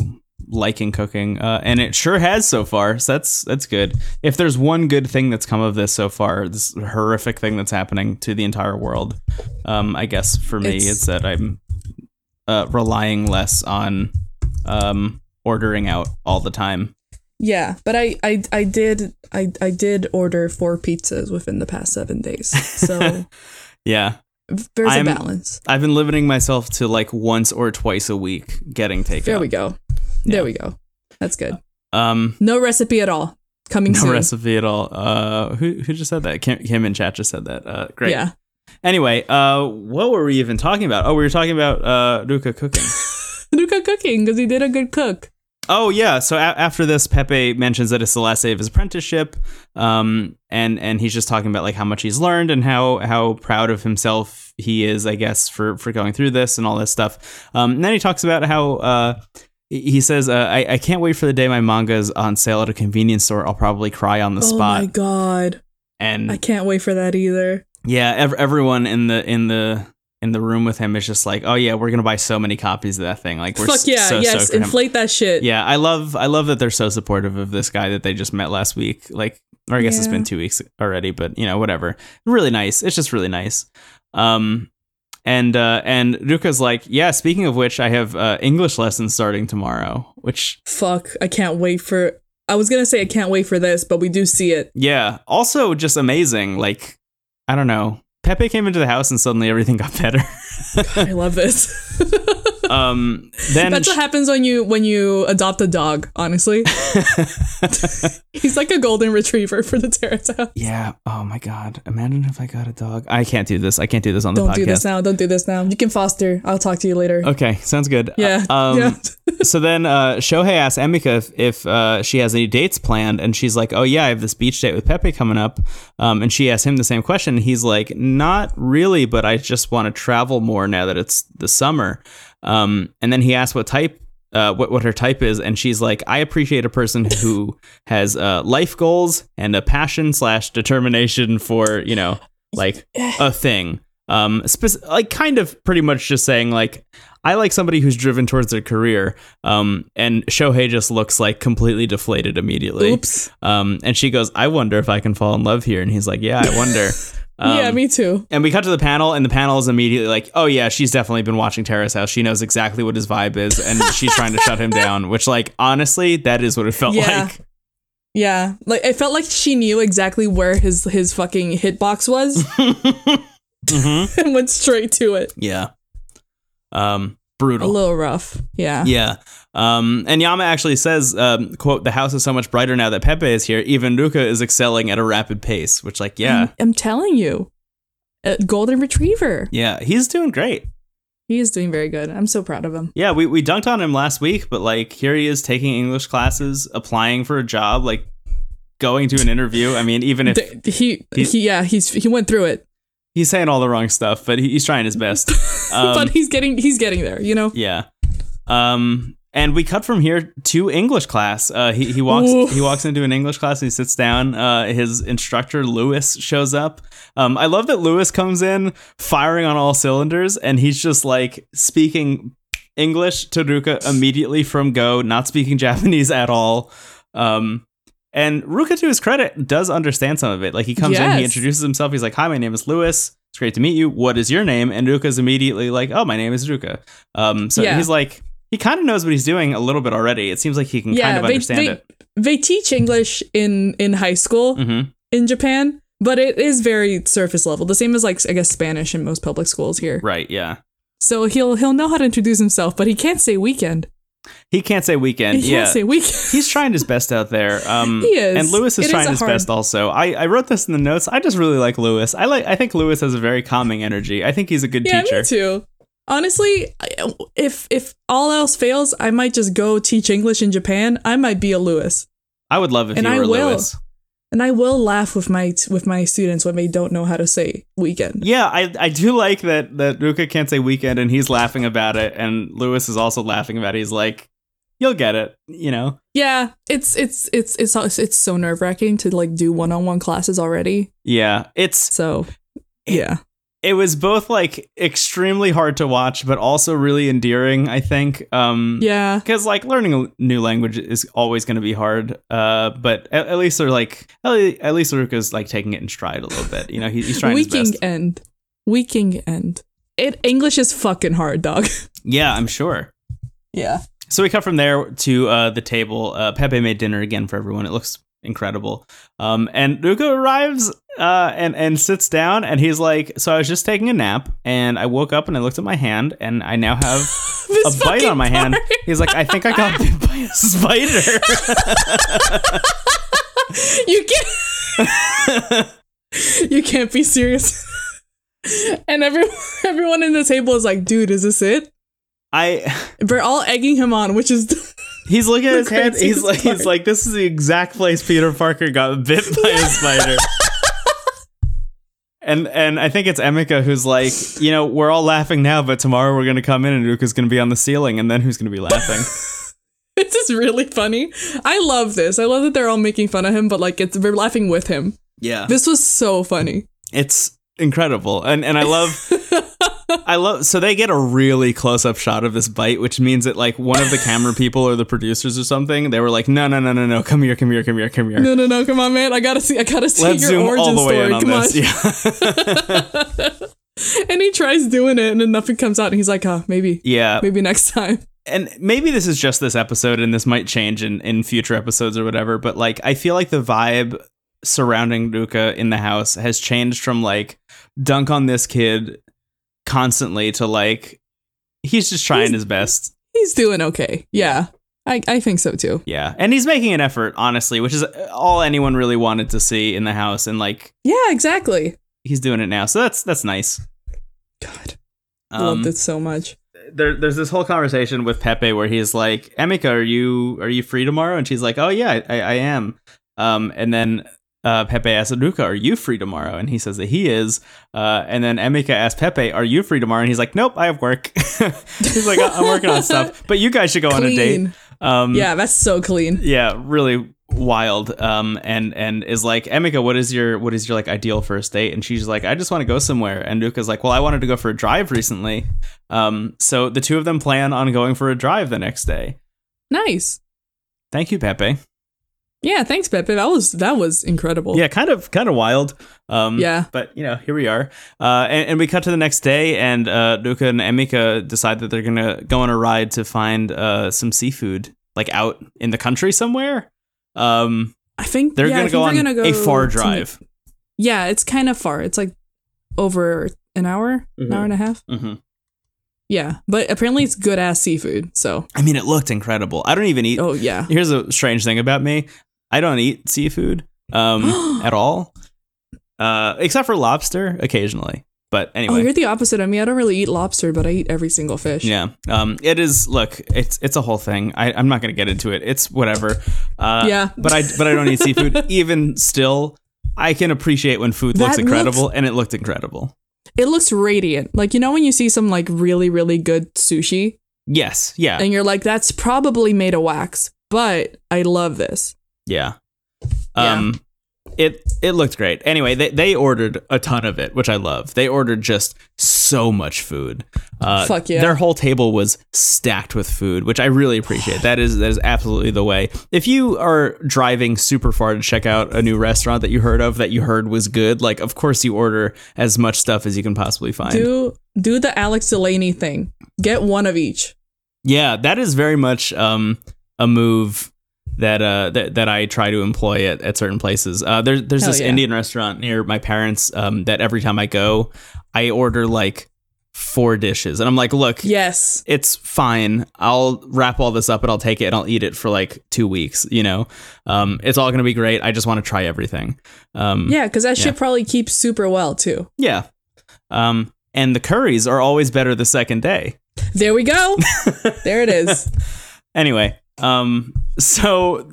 liking cooking uh, and it sure has so far so that's that's good if there's one good thing that's come of this so far this horrific thing that's happening to the entire world um i guess for me
It's-
is that i'm uh relying less on um ordering out all the time
yeah, but I, I I did I I did order four pizzas within the past seven days, so
yeah
there's
I'm-
a balance.
i've been limiting myself to like once or twice a week getting takeout
There we go, there we go. That's good.
um
No recipe at all coming
no
soon.
recipe at all. Uh, who who just said that? Kim, Kim in chat just said that. Uh, great.
Yeah,
Anyway, uh, what were we even talking about? Oh, we were talking about uh, Ruka cooking.
Luca cooking because he did a good cook.
oh yeah. So a- after this, Pepe mentions that it's the last day of his apprenticeship, um, and and he's just talking about like how much he's learned and how how proud of himself he is, I guess, for for going through this and all this stuff. Um, and then he talks about how. Uh, he he says, uh, I, "I can't wait for the day my manga is on sale at a convenience store. I'll probably cry on the
oh
spot." Mm.
my god,
And
I can't wait for that either.
Yeah, ev- everyone in the in the in the room with him is just like, oh yeah, we're gonna buy so many copies of that thing. Like, we're
Fuck
s-
yeah,
so
yes,
stoked for him.
inflate that shit.
Yeah, I love I love that they're so supportive of this guy that they just met last week. Like, or I guess it's
Yeah.
been two weeks already, but you know, whatever. Really nice. It's just really nice. Um, And uh, and Ruka's like, yeah. Speaking of which, I have uh, English lessons starting tomorrow. Which
Fuck, I can't wait for. I was gonna say I can't wait for this, but we do see it.
yeah, also just amazing. Like I don't know. Pepe came into the house and suddenly everything got better.
I love this.
um, then
That's what happens when you when you adopt a dog. Honestly, he's like a golden retriever for the terrace house.
yeah. Oh my god. Imagine if I got a dog. I can't do this. I can't do this on the
Don't
podcast.
do this now. Don't do this now. You can foster. I'll talk to you later.
Okay, sounds good.
Yeah.
Uh, um,
yeah.
so then uh, Shohei asks Emika if, if uh, she has any dates planned, and she's like, "Oh yeah, I have this beach date with Pepe coming up." Um, and she asks him the same question. He's like, "Not really, but I just want to travel more now that it's the summer." Um, and then he asks what type. Uh, what what her type is, and she's like, I appreciate a person who has uh, life goals and a passion slash determination for you know like a thing. Um, spec- like kind of pretty much just saying like I like somebody who's driven towards their career. Um, and Shohei just looks like completely deflated immediately.
Oops.
Um, and she goes, I wonder if I can fall in love here. And he's like, Yeah, I wonder. Um,
yeah, me too.
and we cut to the panel, and the panel is immediately like, "Oh yeah, she's definitely been watching Terrace House. She knows exactly what his vibe is, and she's trying to shut him down." Which, like, honestly, that is what it felt
Yeah.
like.
Yeah, like it felt like she knew exactly where his his fucking hitbox was
Mm-hmm.
and went straight to it.
Yeah,
A
um, brutal.
little rough. Yeah.
Yeah. Um, and Yama actually says, um, quote, the house is so much brighter now that Pepe is here. Even Ruka is excelling at a rapid pace, which like, yeah,
I'm telling you, a golden retriever.
yeah, he's doing great.
He is doing very good. I'm so proud of him.
Yeah. We, we dunked on him last week, but like here he is taking English classes, applying for a job, like going to an interview. I mean, even if
Th- he,
He-
he yeah he's he went through it,
he's saying all the wrong stuff, but he, he's trying his best. Um,
but he's getting he's getting there. You know.
Yeah. Um, and we cut from here to English class. Uh, he, he walks
Ooh.
he walks into an English class and he sits down. Uh, his instructor Lewis shows up. Um, I love that Lewis comes in firing on all cylinders and he's just like speaking English to Ruka immediately from go, not speaking Japanese at all. Um, and Ruka, to his credit, does understand some of it. Like he comes in, he
Yes.
introduces himself. He's like, "Hi, my name is Lewis. It's great to meet you. What is your name?" And Ruka's immediately like, "Oh, my name is Ruka." Um, so
Yeah.
he's like, he kind of knows what he's doing a little bit already. It seems like he can
Yeah.
kind of
they
understand
they,
it.
they teach English in in high school
Mhm.
in Japan, but it is very surface level. The same as like I guess Spanish in most public schools here.
Right? Yeah.
So he'll he'll know how to introduce himself, but he can't say weekend.
He can't say weekend.
He
yeah.
can't say weekend.
He's trying his best out there. Um,
He is.
And Lewis
It
is
is
trying
a
his
hard-
best also. I, I wrote this in the notes. I just really like Lewis. I like. I think Lewis has a very calming energy. I think he's a good
yeah,
teacher.
me too. Honestly, I- if if all else fails, I might just go teach English in Japan. I might be a Lewis,
I would love if
And
you
I
were
will.
Lewis.
and I will laugh with my with my students when they don't know how to say weekend.
Yeah, I I do like that that Ruka can't say weekend and he's laughing about it and Lewis is also laughing about it. He's like, You'll get it, you know?
Yeah, it's it's it's it's it's, it's so nerve wracking to like do one on one classes already.
Yeah. It's
So yeah,
it was both like extremely hard to watch, but also really endearing, I think. Um
yeah,
because like learning a new language is always going to be hard, uh, but at, at least they're like at le- at least Ruka's like taking it in stride a little bit. You know, he, he's trying his best.
weekend end, weekend end. It English is fucking hard, dog.
Yeah, I'm sure.
Yeah.
So we cut from there to uh, the table. Uh, Pepe made dinner again for everyone. It looks incredible. Um, and Luca arrives uh, and and sits down, and he's like, "So I was just taking a nap, and I woke up and I looked at my hand, and I now have a
This
bite on my
fucking
hand."
part.
He's like, "I think I got bit by a spider."
You can't. you can't be serious. and everyone, everyone in the table is like, "Dude, is this it?"
I
We're all egging him on, which is
he's looking at his
The
hand. He's
craziest
like,
part.
he's like, "This is the exact place Peter Parker got bit by a spider." And and I think it's Emika who's like, you know, we're all laughing now, but tomorrow we're gonna come in and Ruka's gonna be on the ceiling, and then who's gonna be laughing?
it's just really funny. I love this. I love that they're all making fun of him, but like, it's we're laughing with him.
yeah,
This was so funny.
it's incredible, and and I love. I love so they get a really close up shot of this bite, which means that like one of the camera people or the producers or something, they were like, no, no, no, no, no, come here, come here, come here, come here.
No, no, no! Come on, man! I gotta see. I gotta see
Let's
your
zoom
origin
all the way
story.
in on
come
this.
on.
Yeah.
and he tries doing it, and then nothing comes out, and he's like, "Huh, maybe,
Yeah.
maybe next time."
and maybe this is just this episode and this might change in, in future episodes or whatever but like i feel like the vibe surrounding luca in the house has changed from like dunk on this kid constantly to like he's just trying his best
He's doing okay. Yeah, I I think so too.
yeah and he's making an effort honestly which is all anyone really wanted to see in the house and like
Yeah, exactly.
he's doing it now so that's that's nice
God,
Um,
I loved it so much.
there, there's this whole conversation with Pepe where he's like, "Emika, are you are you free tomorrow?" And she's like, "Oh yeah, I, I am." Um, and then uh, Pepe asks Luca, "Are you free tomorrow?" And he says that he is. Uh, and then Emika asks Pepe, "Are you free tomorrow?" And he's like, "Nope, I have work." he's like, "I'm working on stuff, but you guys should go on a date."
Clean.
Um,
Yeah, that's so clean.
yeah, really wild. Um, and and is like, Emika, what is your what is your like ideal first date? And she's like, I just want to go somewhere. And Luca's like, Well, I wanted to go for a drive recently. Um, so the two of them plan on going for a drive the next day.
Nice.
Thank you, Pepe.
Yeah, thanks, Pepe. That was that was incredible.
Yeah, kind of kind of wild. Um,
Yeah.
But you know, here we are. Uh, and, and we cut to the next day, and uh, Luca and Emika decide that they're gonna go on a ride to find uh some seafood, like out in the country somewhere. Um,
I think
they're
yeah, I
gonna
think
go on
they're gonna
a
go
far
to-
drive.
yeah, it's kind of far. It's like over an hour, an hour and a half.
hmm
Yeah, but apparently it's good ass seafood. So,
I mean, it looked incredible. I don't even eat.
oh yeah,
Here's a strange thing about me: I don't eat seafood um, at all, uh, except for lobster occasionally. But
oh
anyway,
you're the opposite of me. I don't really eat lobster, but I eat every single fish.
yeah, um, it is. Look, it's it's a whole thing. I, I'm not going to get into it. It's whatever. Uh,
Yeah.
but I but I don't eat seafood. Even still, I can appreciate when food looks
That
incredible, and it looked incredible.
it looks radiant. Like you know when you see some like really really good sushi,
Yes. Yeah.
and you're like, that's probably made of wax, but I love this.
Yeah.
Yeah.
Um it it looked great. Anyway, they they ordered a ton of it, which I love. They ordered just so much food. Uh
Fuck yeah.
their whole table was stacked with food, which I really appreciate. That is that is absolutely the way. If you are driving super far to check out a new restaurant that you heard of that you heard was good, like of course you order as much stuff as you can possibly find.
Do do the Alex Delaney thing. Get one of each.
Yeah, that is very much um, a move that uh that, that I try to employ at, at certain places. Uh there, there's
Hell
this
yeah.
Indian restaurant near my parents um that every time I go, I order like four dishes. And I'm like, look,
Yes.
it's fine. I'll wrap all this up and I'll take it and I'll eat it for like two weeks, you know? Um it's all gonna be great. I just wanna try everything. Um
Yeah, because that
Yeah.
shit probably keeps super well too.
yeah. Um and the curries are always better the second day.
There we go. there it is.
anyway, um, so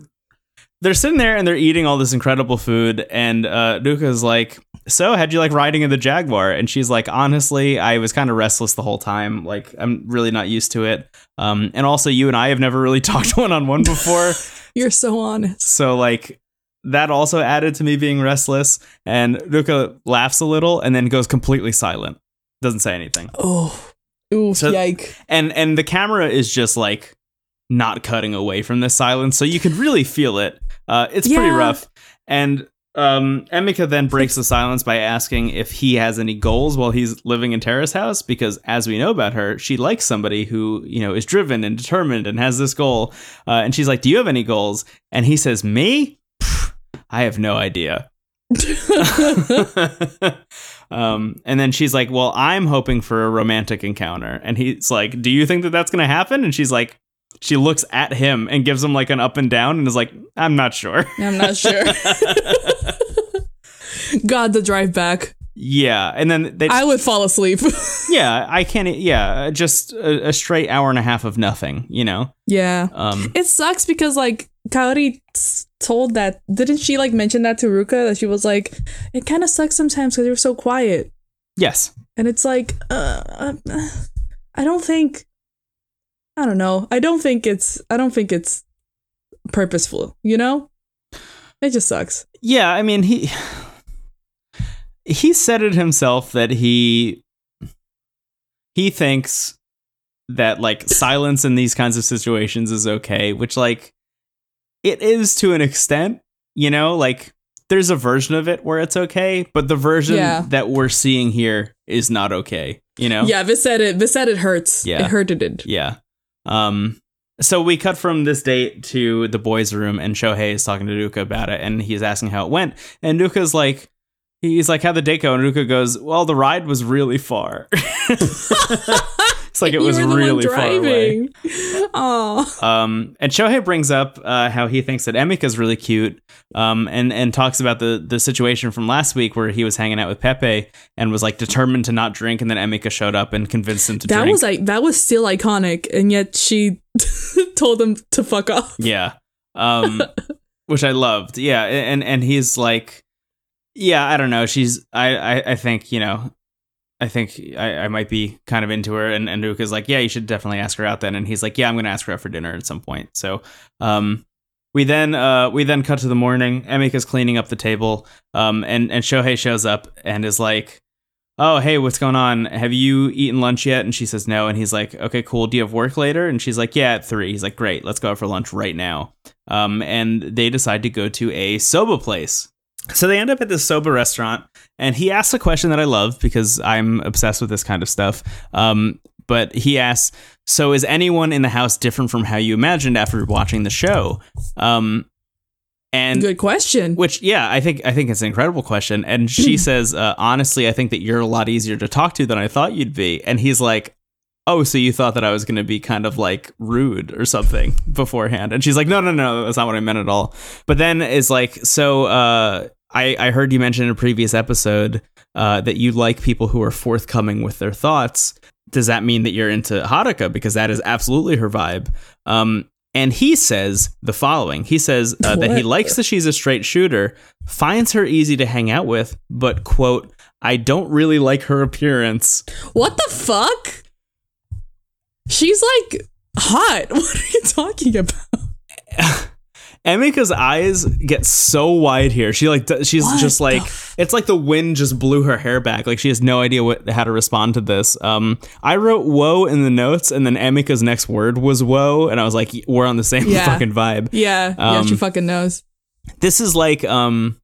they're sitting there and they're eating all this incredible food, and uh, Luca's like, "So, how'd you like riding in the Jaguar?" And she's like, "Honestly, I was kind of restless the whole time. Like, I'm really not used to it. Um, and also, you and I have never really talked one on one before,
You're so honest.
so like." That also added to me being restless, and Luca laughs a little and then goes completely silent. Doesn't say anything
Oh. Ooh,
So-
yike.
and and the camera is just like not cutting away from this silence so you can really feel it uh, it's pretty
Yeah.
rough and um, Emika then breaks the silence by asking if he has any goals while he's living in Tara's house because as we know about her she likes somebody who you know is driven and determined and has this goal uh, and she's like do you have any goals and he says me Pfft, I have no idea um, and then she's like, "Well, I'm hoping for a romantic encounter," and he's like, "Do you think that that's gonna happen?" And she's like, she looks at him and gives him like an up and down, and is like, "I'm not sure."
I'm not sure. God, the drive back.
yeah, and then they,
I would fall asleep.
yeah, I can't, e, yeah, just a, a straight hour and a half of nothing, you know.
yeah.
Um,
It sucks because like Kaori s- told that didn't she like mention that to Ruka that she was like it kind of sucks sometimes because you're so quiet
yes,
and it's like uh, uh, I don't think I don't know I don't think it's I don't think it's purposeful you know it just sucks
yeah, I mean he he said it himself that he he thinks that like silence in these kinds of situations is okay, which like it is to an extent, you know, like there's a version of it where it's okay, but the version
Yeah.
that we're seeing here is not okay. You know?
Yeah, Viz said it. Viz said it hurts.
Yeah.
It hurted it.
Yeah. Um so we cut from this date to the boys' room and Shohei is talking to Duka about it and he's asking how it went. And Duka's like he's like, How'd the date go? And Duka goes, Well, the ride was really far. it's like it was really far away.
Oh,
Um, and Shohei brings up uh, how he thinks that Emika's really cute, um, and and talks about the the situation from last week where he was hanging out with Pepe and was like determined to not drink, and then Emika showed up and convinced him to
that
drink.
was like that was still iconic, and yet she told him to fuck off.
yeah, um, which I loved. Yeah, and and he's like, yeah, I don't know. She's I I, I think you know. I think I, I might be kind of into her, and and Uka's like, yeah, you should definitely ask her out then, and he's like, yeah, I'm gonna ask her out for dinner at some point. So, Um, we then uh, we then cut to the morning. Emika's cleaning up the table, um, and and Shohei shows up and is like, "Oh, hey, what's going on? Have you eaten lunch yet?" And she says, "No." And he's like, "Okay, cool. Do you have work later?" And she's like, "Yeah, at 3. He's like, "Great, let's go out for lunch right now." Um, and they decide to go to a soba place. So they end up at this soba restaurant, and he asks a question that I love because I'm obsessed with this kind of stuff. Um, but he asks, "So is anyone in the house different from how you imagined after watching the show?" Um, and
Good question.
which, yeah, I think I think it's an incredible question. And she says, uh, honestly, I think that you're a lot easier to talk to than I thought you'd be. And he's like, oh, so you thought that I was going to be kind of like rude or something beforehand? And she's like, no, no, no, that's not what I meant at all. But then is like, so uh, I I heard you mention in a previous episode uh, that you like people who are forthcoming with their thoughts. Does that mean that you're into Haruka? Because that is absolutely her vibe. Um, and he says the following. He says uh, that he
What?
likes that she's a straight shooter, finds her easy to hang out with, but quote, I don't really like her appearance.
What the fuck? She's like hot. What are you talking about?
Emika's eyes get so wide here. She like d- she's
What
just
the
like it's like the wind just blew her hair back. Like she has no idea what how to respond to this. Um, I wrote "whoa" in the notes, and then Emika's next word was "whoa," and I was like, "We're on the same
Yeah.
fucking vibe."
Yeah, yeah, she
Um,
fucking knows.
This is like, um,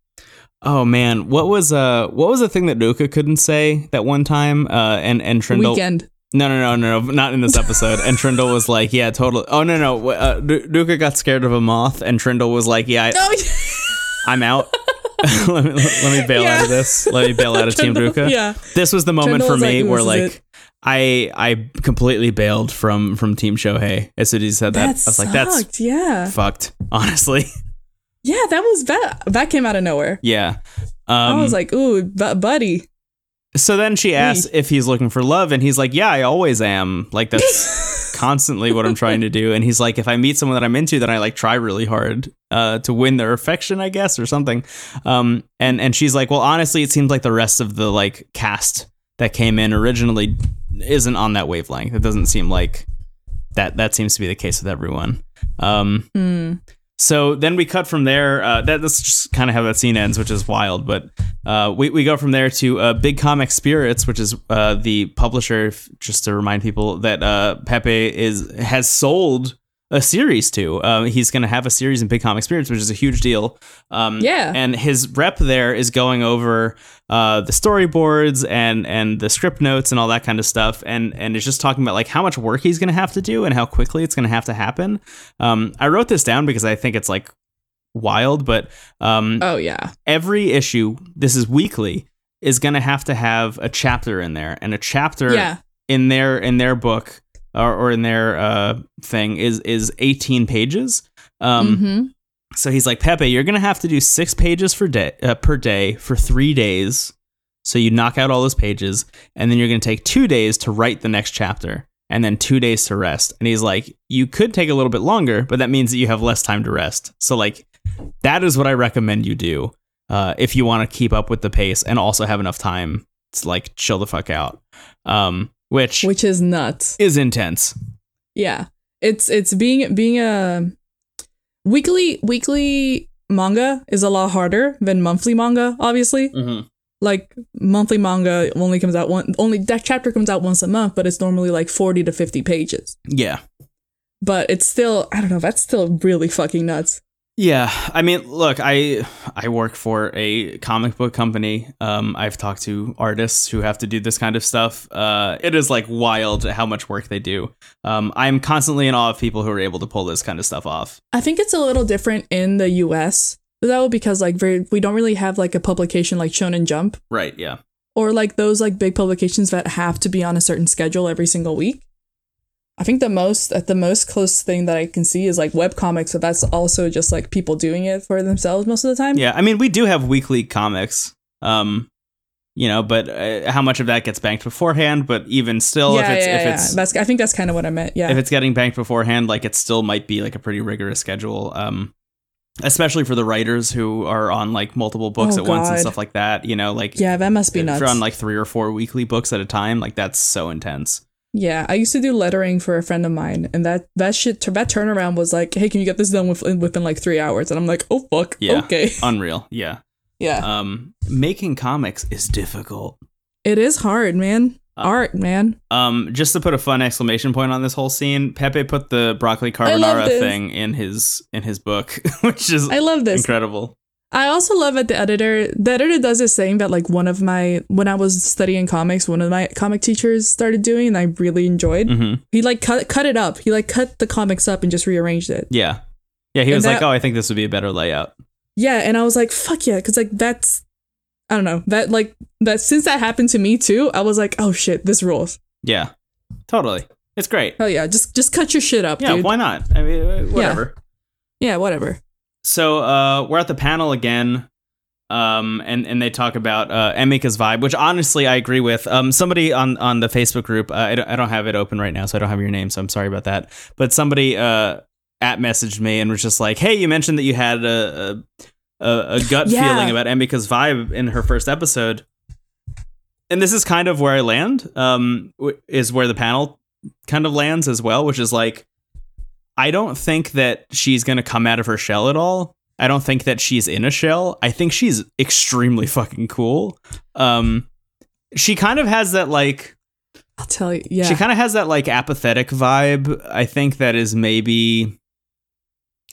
oh man, what was uh what was the thing that Luca couldn't say that one time? Uh, and and Trindle.
Weekend.
No, no, no, no, no, not in this episode. And Trindle was like, "Yeah, totally." Oh no, no, w- uh, Du- Duca got scared of a moth, and Trindle was like, "Yeah." I-
Oh,
I'm out. let, me, let me bail out
Yeah.
of this. Let me bail out of Team
Trindle,
Druka.
yeah.
This was the moment
Trindle
for
was
me
like,
where
"This is
like
it."
I I completely bailed from from Team Shohei as soon as he said that.
that
I was like,
sucked.
that's
yeah,
fucked. Honestly,
yeah. That was that. That came out of nowhere.
yeah. Um,
I was like, ooh, bu- buddy.
so then she asks if he's looking for love, and he's like, "Yeah, I always am. Like that's constantly what I'm trying to do." And he's like, "If I meet someone that I'm into, then I like try really hard uh, to win their affection, I guess, or something." Um, and and she's like, "Well, honestly, it seems like the rest of the like cast that came in originally isn't on that wavelength. It doesn't seem like that. That seems to be the case with everyone." Um,
Hmm.
so then we cut from there. Uh, that, that's just kind of how that scene ends, which is wild. But uh, we, we go from there to uh, Big Comic Spirits, which is uh, the publisher, f- just to remind people that uh, Pepe is has sold a series to. Um, he's going to have a series in Big Comic Spirits, which is a huge deal. Um,
Yeah.
And his rep there is going over uh, the storyboards and and the script notes and all that kind of stuff, and and is just talking about like how much work he's going to have to do and how quickly it's going to have to happen. Um, I wrote this down because I think it's like wild, but um,
Oh yeah.
every issue, this is weekly, is going to have to have a chapter in there, and a chapter
Yeah.
in their in their book or, or in their uh, thing is is eighteen pages. Um,
hmm
so he's like, Pepe, you're gonna have to do six pages for day uh, per day for three days. So you knock out all those pages, and then you're gonna take two days to write the next chapter, and then two days to rest. And he's like, you could take a little bit longer, but that means that you have less time to rest. So like, that is what I recommend you do uh, if you want to keep up with the pace and also have enough time to like chill the fuck out. Um, which
Which is nuts.
is intense.
Yeah. It's it's being being a weekly weekly manga is a lot harder than monthly manga, obviously.
Mm-hmm.
Like monthly manga only comes out one only that chapter comes out once a month, but it's normally like 40 to 50 pages.
Yeah.
But it's still I don't know, that's still really fucking nuts.
Yeah, I mean, look, I I work for a comic book company. Um, I've talked to artists who have to do this kind of stuff. Uh, it is like wild how much work they do. Um, I'm constantly in awe of people who are able to pull this kind of stuff off.
I think it's a little different in the US, but that would because like very, we don't really have like a publication like Shonen Jump
Right? Yeah.
or like those like big publications that have to be on a certain schedule every single week. I think the most at the most close thing that I can see is like web comics, but that's also just like people doing it for themselves most of the time.
Yeah, I mean, we do have weekly comics, um, you know, but uh, how much of that gets banked beforehand? But even still, if
yeah,
it's
yeah,
if
yeah.
it's
That's, I think that's kind of what I meant. Yeah,
if it's getting banked beforehand, like it still might be like a pretty rigorous schedule, um, especially for the writers who are on like multiple books
Oh,
at once and
God.
stuff like that. You know, like
yeah, that must be
if
nuts.
you're on like three or four weekly books at a time, like that's so intense.
yeah, I used to do lettering for a friend of mine, and that that shit that turnaround was like, hey, can you get this done within within like three hours? And I'm like, oh fuck,
Yeah.
okay,
Unreal, yeah.
yeah,
Um, making comics is difficult.
it is hard, man.
Uh,
Art, man.
Um, just to put a fun exclamation point on this whole scene, Pepe put the broccoli
love
carbonara
this.
thing in his in his book, which is
I love this.
incredible.
I also love that the editor the editor does this thing that like one of my when I was studying comics, one of my comic teachers started doing and I really enjoyed.
hmm
He like cut cut it up. He like cut the comics up and just rearranged it.
Yeah, yeah. He
And
was like,
that-
"Oh, I think this would be a better layout."
Yeah, and I was like, fuck yeah, because like that's I don't know. That like that since that happened to me too, I was like, oh shit, this rules.
Yeah, totally. It's great.
Hell yeah, just just cut your shit up,
Yeah,
dude.
why not? I mean, uh, whatever.
yeah, whatever.
So uh, we're at the panel again, um, and and they talk about uh, Emika's vibe, which honestly I agree with. Um, somebody on on the Facebook group, uh, I, don't, I don't have it open right now, so I don't have your name, so I'm sorry about that. But somebody uh, at messaged me and was just like, "Hey, you mentioned that you had a a, a, a gut
Yeah.
feeling about Emika's vibe in her first episode." And this is kind of where I land. Um, w- is where the panel kind of lands as well, which is like I don't think that she's going to come out of her shell at all. I don't think that she's in a shell. I think she's extremely fucking cool. Um, she kind of has that like
I'll tell you. Yeah.
she kind of has that like apathetic vibe. I think that is maybe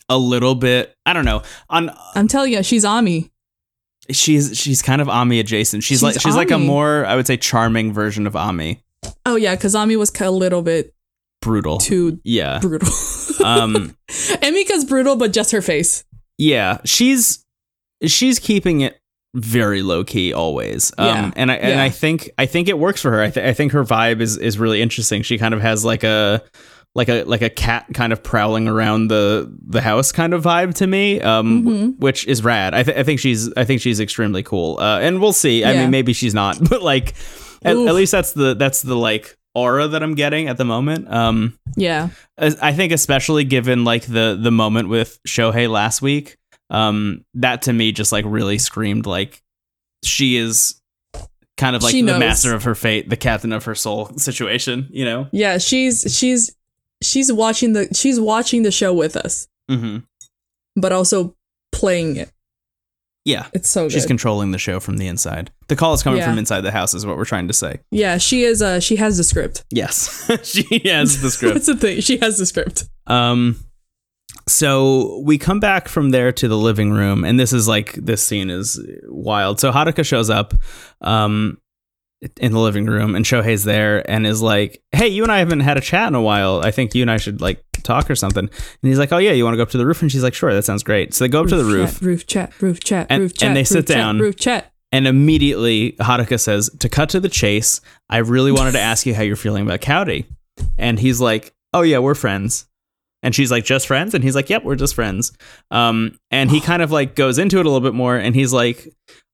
a little bit. I don't know. On
I'm telling you, she's Ami.
she's she's kind of Ami adjacent. She's,
She's
like she's like a
Ami.
more I would say charming version of Ami.
Oh yeah, because Ami was a little bit
Brutal.
too
yeah.
brutal.
um.
Emika's brutal, but just her face.
yeah she's she's keeping it very low key always um
Yeah.
and i and
Yeah.
i think i think it works for her I, th- I think her vibe is is really interesting she kind of has like a like a like a cat kind of prowling around the the house kind of vibe to me um w-
Mm-hmm.
which is rad I, th- I think she's i think she's extremely cool uh and we'll see i
Yeah.
mean maybe she's not but like at,
Oof.
at least that's the that's the like aura that i'm getting at the moment um
Yeah.
as- I think especially given like the the moment with Shohei last week, um, that to me just like really screamed like she is kind of like
She
the
knows.
master of her fate, the captain of her soul situation, you know?
Yeah, she's she's she's watching the she's watching the show with us,
Mm-hmm.
but also playing it.
Yeah.
It's so good.
She's controlling the show from the inside. The call is coming
Yeah.
from inside the house, is what we're trying to say.
yeah, she is uh she has the script.
Yes, she has the script.
That's the thing. She has the script.
Um, so we come back from there to the living room, and this is like this scene is wild. So Haruka shows up, um, in the living room, and Shohei's there, and is like, "Hey, you and I haven't had a chat in a while. I think you and I should like talk or something." And he's like, "Oh yeah, you want to go up to the roof?" And she's like, "Sure, that sounds great." So they go up to the roof,
Chat, roof chat, roof chat,
And-
roof
and
chat.
they
roof
sit
chat,
down.
Roof chat.
and immediately Haruka says, "To cut to the chase, I really wanted to ask you how you're feeling about Cowdy." And he's like, "Oh yeah, we're friends." And she's like, "Just friends?" And he's like, "Yep, we're just friends." Um, and he kind of like goes into it a little bit more, and he's like,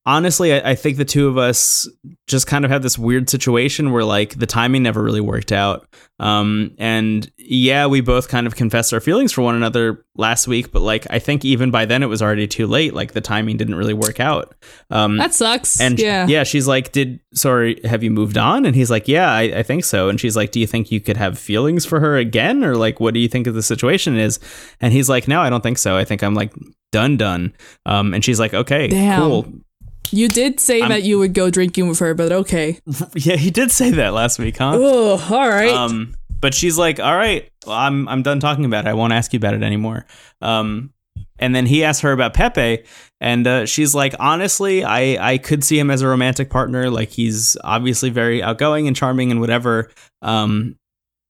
"Honestly, I, I think the two of us just kind of have this weird situation where like the timing never really worked out." Um, and yeah, we both kind of confessed our feelings for one another last week, but like I think even by then it was already too late. Like the timing didn't really work out. Um,
That sucks.
and yeah.
yeah.
she's like, Did sorry, have you moved on? And he's like, Yeah, I, I think so. And she's like, Do you think you could have feelings for her again? Or like, what do you think of the situation is? And he's like, No, I don't think so. I think I'm like done done. Um and she's like, Okay,
Damn.
cool.
You did say
I'm- Um,
that you would go drinking with her, but okay.
Yeah, he did say that last week, huh?
Oh, all right.
Um but she's like, All right, well, I'm I'm done talking about it. I won't ask you about it anymore. Um And then he asked her about Pepe, and uh, she's like, honestly, I, I could see him as a romantic partner. Like he's obviously very outgoing and charming and whatever. Um,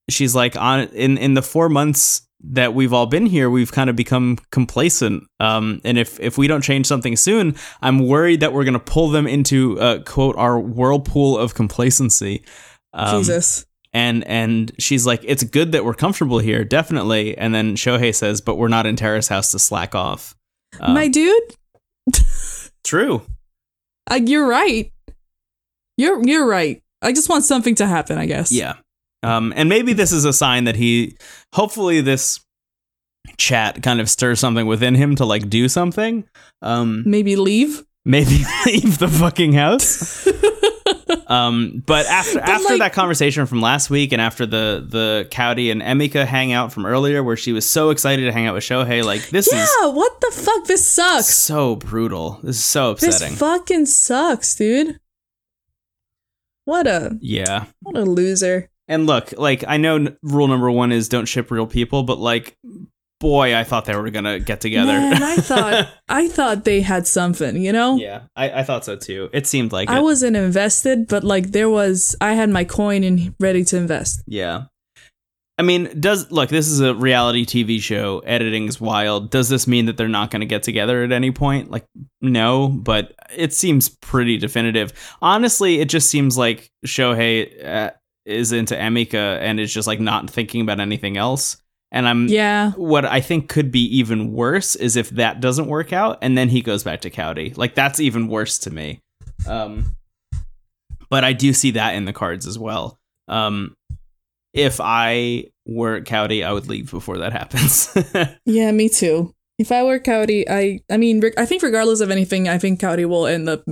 she's like, on in in the four months that we've all been here, we've kind of become complacent. Um, and if if we don't change something soon, I'm worried that we're gonna pull them into uh, quote our whirlpool of complacency. Um,
Jesus.
and and she's like, "It's good that we're comfortable here, definitely." And then Shohei says, "But we're not in Tara's house to slack off." Um,
My dude,
true.
uh, you're right. You're you're right. I just want something to happen, I guess.
Yeah. Um, and maybe this is a sign that he, hopefully, this chat kind of stirs something within him to like do something. Um,
Maybe leave.
maybe leave the fucking house. um, but after after
like-
that conversation from last week, and after the the Cowdy and Emika hangout from earlier, where she was so excited to hang out with Shohei, like this
yeah,
is
what the fuck? This sucks.
so brutal. This is so upsetting.
This fucking sucks, dude. What a
yeah.
what a loser.
And look, like I know n- rule number one is don't ship real people, but like, boy, I thought they were gonna get together.
Man, I thought I thought they had something, you know?
yeah, I, I thought so too. It seemed like
I
it.
wasn't invested, but like there was I had my coin and ready to invest.
Yeah. I mean, does look, this is a reality TV show. Editing's wild. Does this mean that they're not going to get together at any point? Like, no, but it seems pretty definitive. Honestly, it just seems like Shohei uh, is into Emika and is just like not thinking about anything else. And I'm
Yeah.
what I think could be even worse is if that doesn't work out and then he goes back to Cowdy. Like that's even worse to me. Um but I do see that in the cards as well. Um if I were Cowdy, I would leave before that happens.
Yeah, me too. If I were Cowdy, I I mean reg- I think regardless of anything, I think Cowdy will end up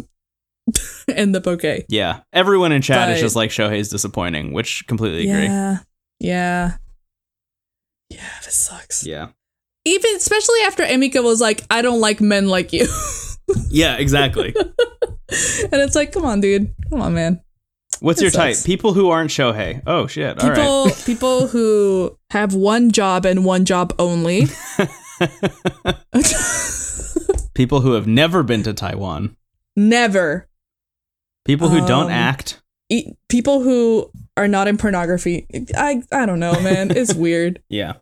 end up okay.
yeah. Everyone in chat is
But-
just like Shohei's disappointing, which completely agree.
Yeah.
Yeah.
Yeah. Yeah, this sucks. Even especially after Emika was like, I don't like men like you.
Yeah, exactly.
and it's like, come on, dude. Come on, man.
What's
That
your type?
sucks.
People who aren't Shohei. Oh shit. All right.
People people who have one job and one job only.
People who have never been to Taiwan.
Never.
People who don't
Um,
act.
E- people who are not in pornography. I I don't know, man. It's weird.
Yeah.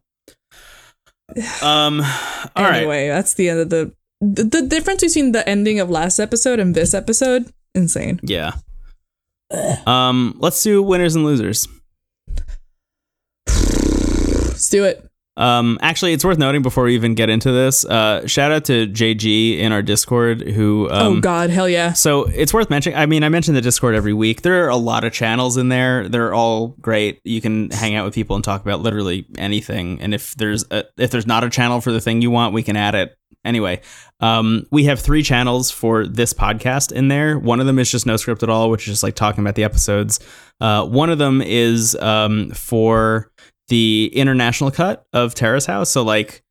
Um. All right.
anyway, that's the end of the, the the difference between the ending of last episode and this episode. Insane.
Yeah. Um. Let's do winners and losers.
Let's do it.
Um. Actually, it's worth noting before we even get into this. Uh. Shout out to JG in our Discord who. Um,
oh God, hell yeah.
So it's worth mentioning. I mean, I mention the Discord every week. There are a lot of channels in there. They're all great. You can hang out with people and talk about literally anything. And if there's a, if there's not a channel for the thing you want, we can add it. Anyway, um, we have three channels for this podcast in there. One of them is just no script at all, which is just like talking about the episodes. Uh, one of them is um, for the international cut of Terrace House. So like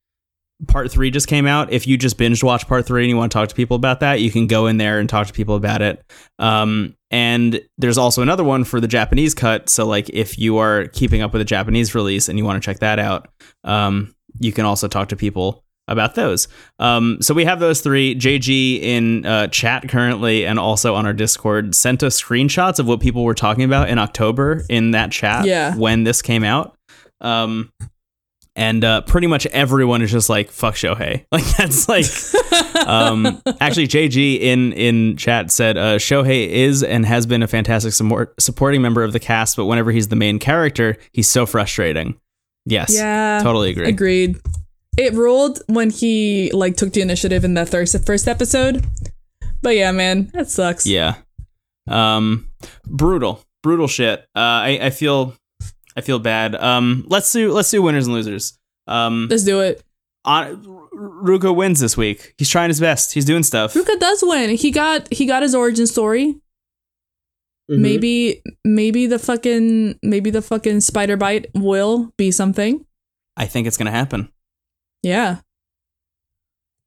part three just came out. If you just binge watch part three and you want to talk to people about that, you can go in there and talk to people about it. Um, and there's also another one for the Japanese cut. So like if you are keeping up with the Japanese release and you want to check that out, um, you can also talk to people about those. Um, so we have those three. JG in uh, chat currently and also on our Discord sent us screenshots of what people were talking about in October in that chat
Yeah.
when this came out. Um, and uh, pretty much everyone is just like fuck Shohei. Like that's like um, actually JG in in chat said uh, Shohei is and has been a fantastic support, supporting member of the cast, but whenever he's the main character, he's so frustrating. Yes,
Yeah.
totally agree.
Agreed. It rolled when he like took the initiative in that first first episode. But yeah, man, that sucks.
Yeah, um, brutal, brutal shit. Uh, I I feel I feel bad. Um, let's do let's do winners and losers. Um,
Let's do it.
on, Ruka wins this week. He's trying his best. He's doing stuff.
Ruka does win. He got he got his origin story. Maybe maybe the fucking maybe the fucking spider bite will be something.
I think it's gonna happen.
Yeah.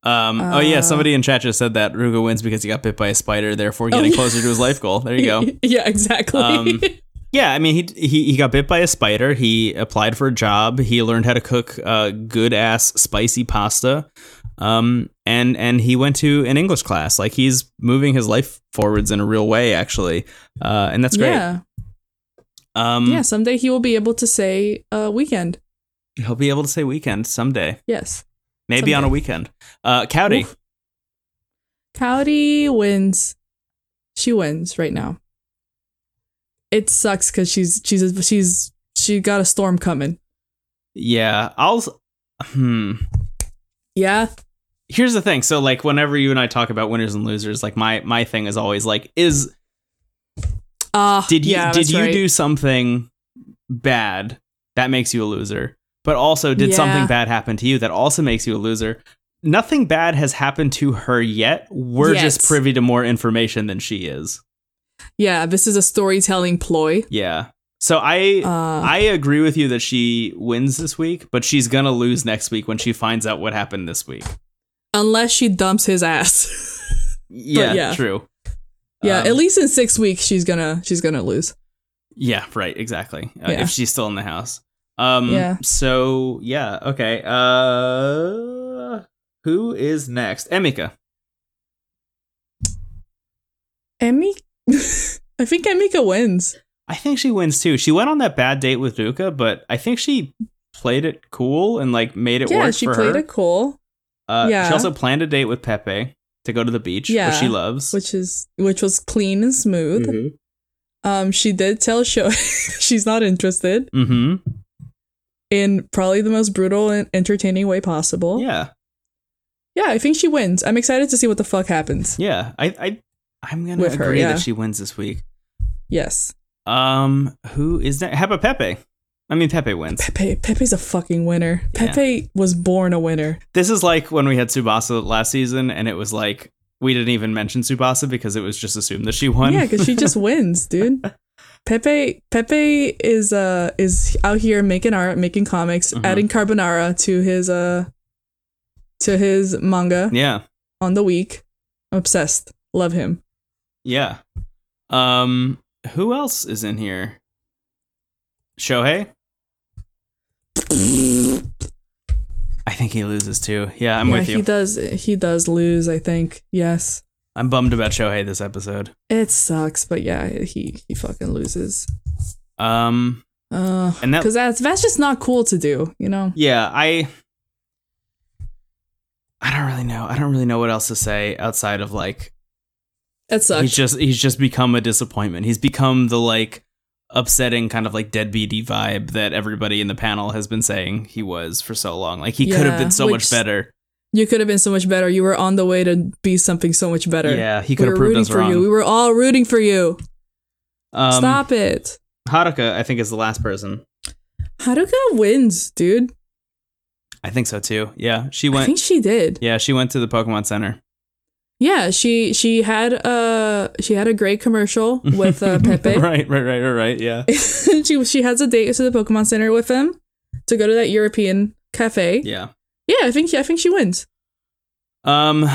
Um, oh yeah,
Uh,
somebody in chat just said that Ruga wins because he got bit by a spider, therefore getting
Oh, yeah.
closer to his life goal. There you go.
yeah, exactly.
Um, yeah, I mean he, he he got bit by a spider. He applied for a job. He learned how to cook uh, good ass spicy pasta. Um, and and he went to an English class. Like he's moving his life forwards in a real way, actually. Uh, and that's great.
Yeah.
Um,
Yeah. Someday he will be able to say uh, weekend.
he'll be able to say weekend someday,
Yes.
maybe on a
Someday.
weekend. Uh, Cowdy,
Oof. Cowdy wins. She wins right now. It sucks because she's she's she's she got a storm coming.
yeah, I'll. s- Hmm.
Yeah.
here's the thing so like whenever you and i talk about winners and losers like my my thing is always like is
Uh,
did you
yeah,
did
that's
you
right.
do something bad that makes you a loser but also did something
Yeah.
bad happen to you that also makes you a loser nothing bad has happened to her yet we're just
Yes.
privy to more information than she is
Yeah, this is a storytelling ploy.
yeah so i
Uh,
i agree with you that she wins this week but she's gonna lose next week when she finds out what happened this week
unless she dumps his ass.
yeah,
yeah.
true
yeah,
Um,
at least in six weeks she's gonna she's gonna lose.
Yeah, right, exactly. Uh,
Yeah.
If she's still in the house. Um
Yeah.
so yeah, okay. Uh who is next? Emika.
Emmy, I think Emika wins.
I think she wins too. She went on that bad date with Luca, but I think she played it cool and like made it
yeah,
work
she
for
played
her.
it cool,
uh,
yeah.
She also planned a date with Pepe to go to the beach,
Yeah.
which she loves.
which is which was clean and smooth.
Mhm.
Um, she did tell Show she's not interested
Mhm.
in probably the most brutal and entertaining way possible.
Yeah.
yeah, I think she wins. I'm excited to see what the fuck happens.
Yeah. I I I'm going to
With
agree
her, yeah.
that she wins this week.
Yes,
Um who is that? How about Pepe? I mean Pepe wins.
Pepe Pepe's a fucking winner.
Yeah.
Pepe was born a winner.
This is like when we had Subasa last season, and it was like we didn't even mention Subasa because it was just assumed that she won.
Yeah, because she just wins, dude. Pepe Pepe is uh is out here making art, making comics,
Mhm.
adding carbonara to his uh to his manga
yeah,
on the week. I'm obsessed. Love him.
yeah. Um, who else is in here? Shohei. I think he loses too. Yeah, I'm
yeah,
with you.
he does he does lose, I think. Yes.
I'm bummed about Shohei this episode.
It sucks, but yeah, he he fucking loses.
Um,
Uh,
And that-
because that's that's just not cool to do, you know.
yeah, I. I don't really know. I don't really know what else to say outside of like
It
He's
sucks.
just he's just become a disappointment. He's become the like upsetting kind of like deadbeaty vibe that everybody in the panel has been saying he was for so long. Like he could have
Yeah,
been so much
which-
better.
you could have been so much better. You were on the way to be something so much better.
Yeah, he
we
could
were
have proved
rooting
us
for
wrong.
you. We were all rooting for you.
um,
Stop it.
Haruka, I think is the last person.
Haruka wins, dude.
I think so too. Yeah, she
I
went.
think she did.
yeah, she went to the Pokemon Center.
Yeah, she she had a she had a great commercial with uh, Pepe.
right, right, right, right, right. Yeah,
she she has a date to the Pokemon Center with him to go to that European cafe.
yeah.
Yeah, I think I think she wins.
Um,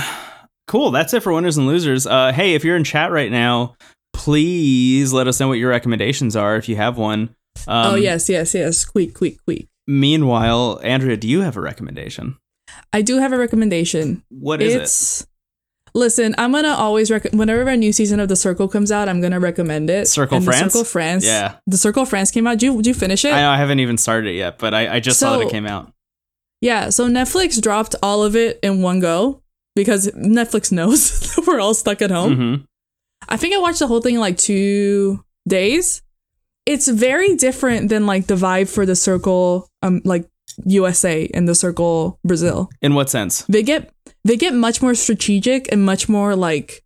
cool. That's it for winners and losers. Uh, hey, if you're in chat right now, please let us know what your recommendations are if you have one. Um,
oh yes, yes, yes. Squeak, squeak, squeak.
Meanwhile, Andrea, do you have a recommendation?
I do have a recommendation.
What is it?
it's listen. I'm gonna always recommend whenever a new season of The Circle comes out. I'm gonna recommend it.
Circle
The
France?
Circle France.
Yeah.
The Circle France came out. Do you do you finish it?
I uh, know I haven't even started it yet, but I, I just saw that it
So-
came out.
Yeah, so Netflix dropped all of it in one go because Netflix knows that we're all stuck at home.
Mhm.
I think I watched the whole thing in like two days. It's very different than like the vibe for the circle, um, like USA and the circle Brazil.
In what sense?
They get they get much more strategic and much more like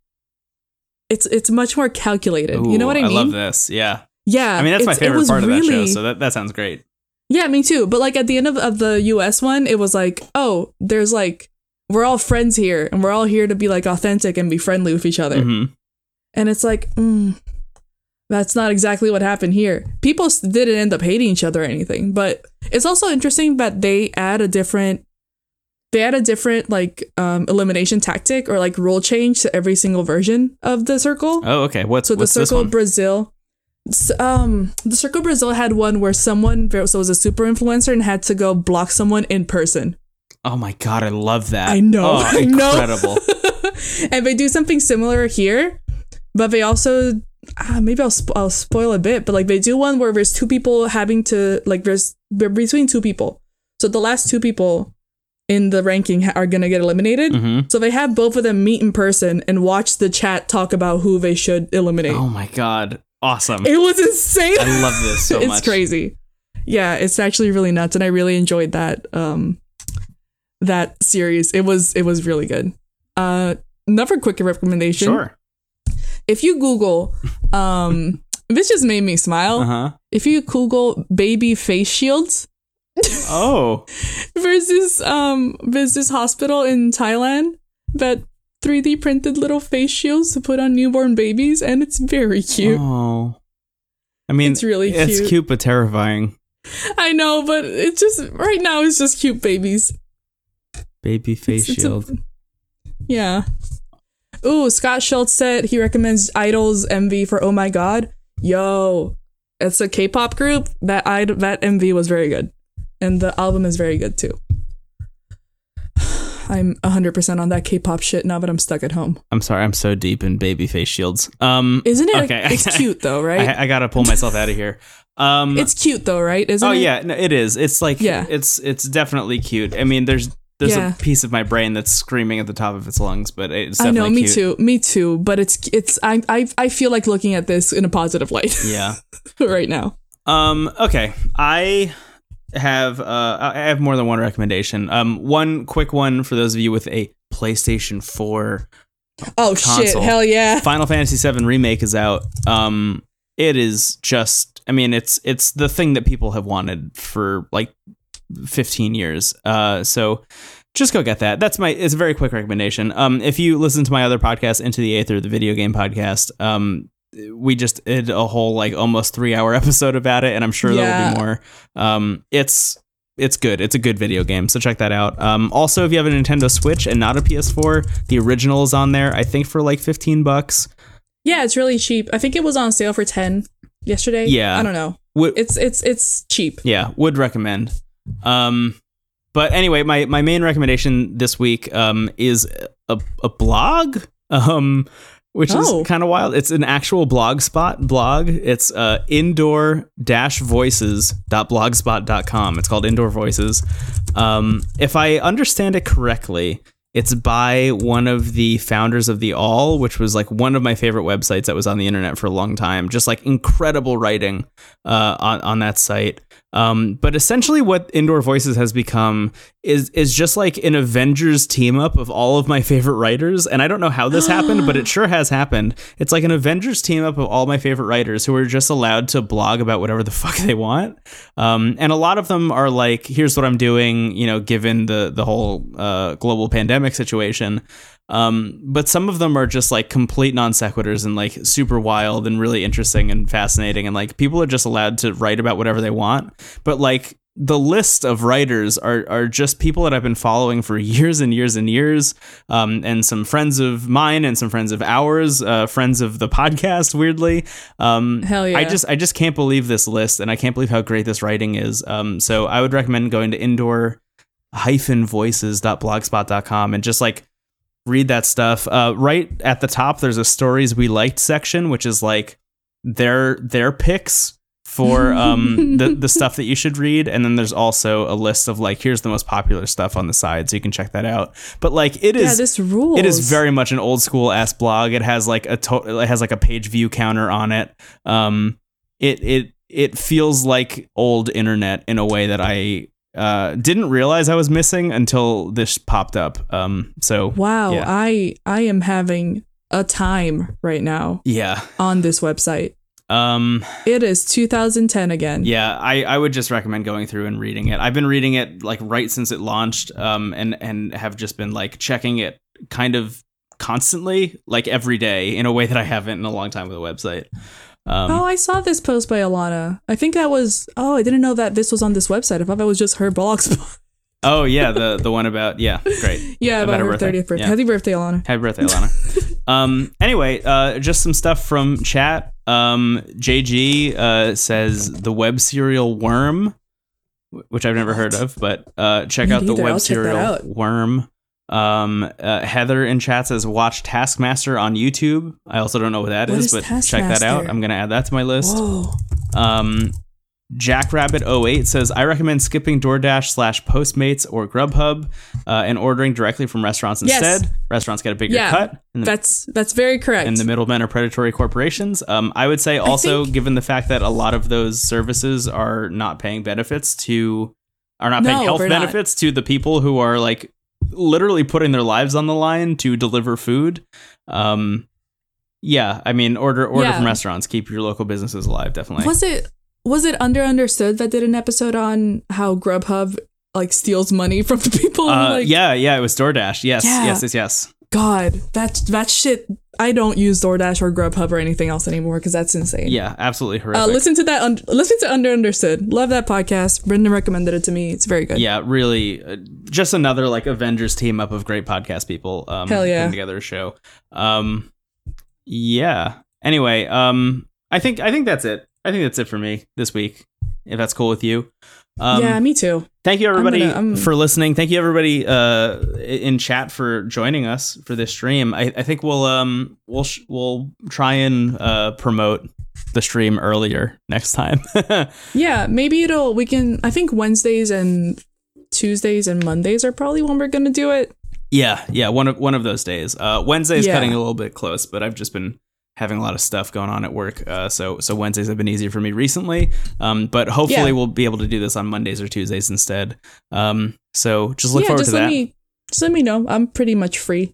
it's it's much more calculated. you know
Ooh,
what I, mean?
love this. Yeah.
Yeah,
I mean, that's my
it's- it
favorite
was
part of that show,
really-
so that, that sounds great.
yeah, me too. But like at the end of, of the US one, it was like, oh, there's like, we're all friends here and we're all here to be like authentic and be friendly with each other.
Mhm.
And it's like, mm, that's not exactly what happened here. People s- didn't end up hating each other or anything. But it's also interesting that they add a different, they add a different like um, elimination tactic or like rule change to every single version of the circle.
Oh, okay. What's,
So the
what's this
Circle
one?
Brazil, s- um, the Circle Brazil had one where someone so it was a super influencer and had to go block someone in person.
Oh my god, I love that.
I know.
Oh,
I know.
incredible.
and they do something similar here, but they also ah, maybe I'll sp- I'll spoil a bit, but like they do one where there's two people having to like there's they're between two people, so the last two people in the ranking ha- are gonna get eliminated.
Mhm.
So they have both of them meet in person and watch the chat talk about who they should eliminate.
Oh my god, awesome.
It was insane.
I love this so
it's
much.
crazy. Yeah, it's actually really nuts, and I really enjoyed that um that series. It was it was really good. Uh, another quick recommendation.
Sure.
If you Google, um, this just made me smile.
Uh huh.
If you Google baby face shields
Oh,
there's this um there's this hospital in Thailand that 3D printed little face shields to put on newborn babies, and it's very cute.
oh. I mean,
It's really
It's
cute.
cute but terrifying.
I know, but it's just right now it's just cute babies.
Baby face
it's a-
shield.
Yeah. Ooh, Scott Schultz said he recommends Idol's MV for Oh My God. Yo, it's a K-pop group. That I that MV was very good, and the album is very good too. I'm 100% on that K-pop shit now that I'm stuck at home.
I'm sorry, I'm so deep in baby face shields. Um,
Isn't it?
Okay.
It's cute though, right?
I, I gotta pull myself out of here. Um,
it's cute though, right? Isn't
oh
it?
yeah, no, it is. It's like
Yeah.
it's it's definitely cute. I mean, there's there's
Yeah.
a piece of my brain that's screaming at the top of its lungs, but it's
I
definitely
know, me
cute.
too, me too. But it's it's I I I feel like looking at this in a positive light
Yeah.
right now.
Um. Okay. I have uh I have more than one recommendation. Um. One quick one for those of you with a PlayStation Four.
Oh shit!
Console.
Hell yeah!
Final Fantasy VII remake is out. Um, it is just. I mean, it's it's the thing that people have wanted for like fifteen years. Uh, so just go get that. That's my. It's a very quick recommendation. Um, if you listen to my other podcast, Into the Aether, the video game podcast, um, we just did a whole like almost three hour episode about it, and I'm sure there will
Yeah.
be more. Um, it's it's good. It's a good video game, so check that out. Um, also, if you have a Nintendo Switch and not a PS4, the original is on there. I think for like fifteen bucks.
Yeah, it's really cheap. I think it was on sale for ten yesterday.
Yeah.
I don't know.
Would,
It's it's it's cheap.
yeah, would recommend. Um, but anyway, my my main recommendation this week um is a a blog um. Which
Oh.
is kind of wild. It's an actual blogspot blog. It's uh, indoor-voices.blogspot.com. It's called Indoor Voices. Um, if I understand it correctly, it's by one of the founders of The All, which was like one of my favorite websites that was on the internet for a long time. Just like incredible writing uh, on on that site. Um, but essentially, what Indoor Voices has become is is just like an Avengers team up of all of my favorite writers. And I don't know how this happened, but it sure has happened. It's like an Avengers team up of all my favorite writers who are just allowed to blog about whatever the fuck they want. Um, and a lot of them are like, "Here's what I'm doing," you know, given the the whole uh, global pandemic situation. Um, but some of them are just like complete non sequiturs and like super wild and really interesting and fascinating. And like people are just allowed to write about whatever they want. But like the list of writers are are just people that I've been following for years and years and years. Um, and some friends of mine and some friends of ours, uh, friends of the podcast, weirdly. Um,
Hell yeah.
I just I just can't believe this list and I can't believe how great this writing is. Um, so I would recommend going to indoor hyphen voices.blogspot.com and just like read that stuff. Uh, right at the top, there's a stories we liked section, which is like their their picks for um the the stuff that you should read and then there's also a list of like here's the most popular stuff on the side so you can check that out but like it is
yeah, this rules.
it is very much an old school ass blog. It has like a to- it has like a page view counter on it. Um, it it it feels like old internet in a way that I uh, didn't realize I was missing until this popped up. Um, so
wow.
yeah.
I I am having a time right now
yeah,
on this website.
um,
It is 2010 again.
yeah. I, I would just recommend going through and reading it. I've been reading it like right since it launched. Um, and and have just been like checking it kind of constantly, like every day, in a way that I haven't in a long time with a website. Um,
Oh, I saw this post by Alana. I think that was. Oh, I didn't know that this was on this website. I thought that was just her blog spot.
Oh yeah, the the one about yeah, great.
yeah, about,
About her
her
birthday.
30th birthday.
Yeah.
Happy birthday, Alana.
Happy birthday, Alana. um, anyway, uh, just some stuff from chat. Um, JG uh, says the web serial Worm wh- which I've never heard of, but uh, check
Me
out the
neither. I'll
web
check that
serial
out.
Worm. Um, uh, Heather in chat says watch Taskmaster on YouTube. I also don't know what that
What is
is, but check that out.
Taskmaster?
I'm gonna add that to my list.
Whoa.
Um, Jackrabbit08 says, I recommend skipping DoorDash slash Postmates or Grubhub uh, and ordering directly from restaurants
Yes.
instead. Restaurants get a bigger
Yeah.
cut, and the,
That's that's very correct.
and the middlemen are predatory corporations. Um, I would say also,
think-
given the fact that a lot of those services are not paying benefits to, are not paying
No,
health
we're not.
benefits to the people who are like literally putting their lives on the line to deliver food. Um, yeah, I mean, order order
Yeah.
from restaurants. Keep your local businesses alive, definitely.
was it was it under understood that did an episode on how Grubhub like steals money from the people?
Uh,
Oh, like,
yeah, yeah, it was DoorDash. Yes,
Yeah.
yes, yes, yes.
God, that that shit. I don't use DoorDash or Grubhub or anything else anymore because that's insane.
Yeah, absolutely horrific.
Uh, listen to that. Un- listen to Under Understood. Love that podcast. Brendan recommended it to me. It's very good.
yeah, really, uh, just another like Avengers team up of great podcast people. Um,
Hell yeah.
putting together a show. Um, yeah. Anyway, um, I think I think that's it. I think that's it for me this week. If that's cool with you. Um,
yeah, me too.
Thank you everybody
gonna- I'm-
for listening. Thank you everybody uh, in chat for joining us for this stream. I, I think we'll um we'll sh- we'll try and uh, promote the stream earlier next time.
Yeah, maybe it'll. We can. I think Wednesdays and Tuesdays and Mondays are probably when we're gonna do it.
yeah, yeah, one of one of those days. Uh, Wednesday's
Yeah.
cutting a little bit close, but I've just been having a lot of stuff going on at work. Uh, so so Wednesdays have been easier for me recently. Um, but hopefully
Yeah.
we'll be able to do this on Mondays or Tuesdays instead. Um, so just look
yeah,
forward
just
to
let
that.
me. Just let me know. I'm pretty much free.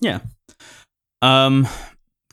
Um,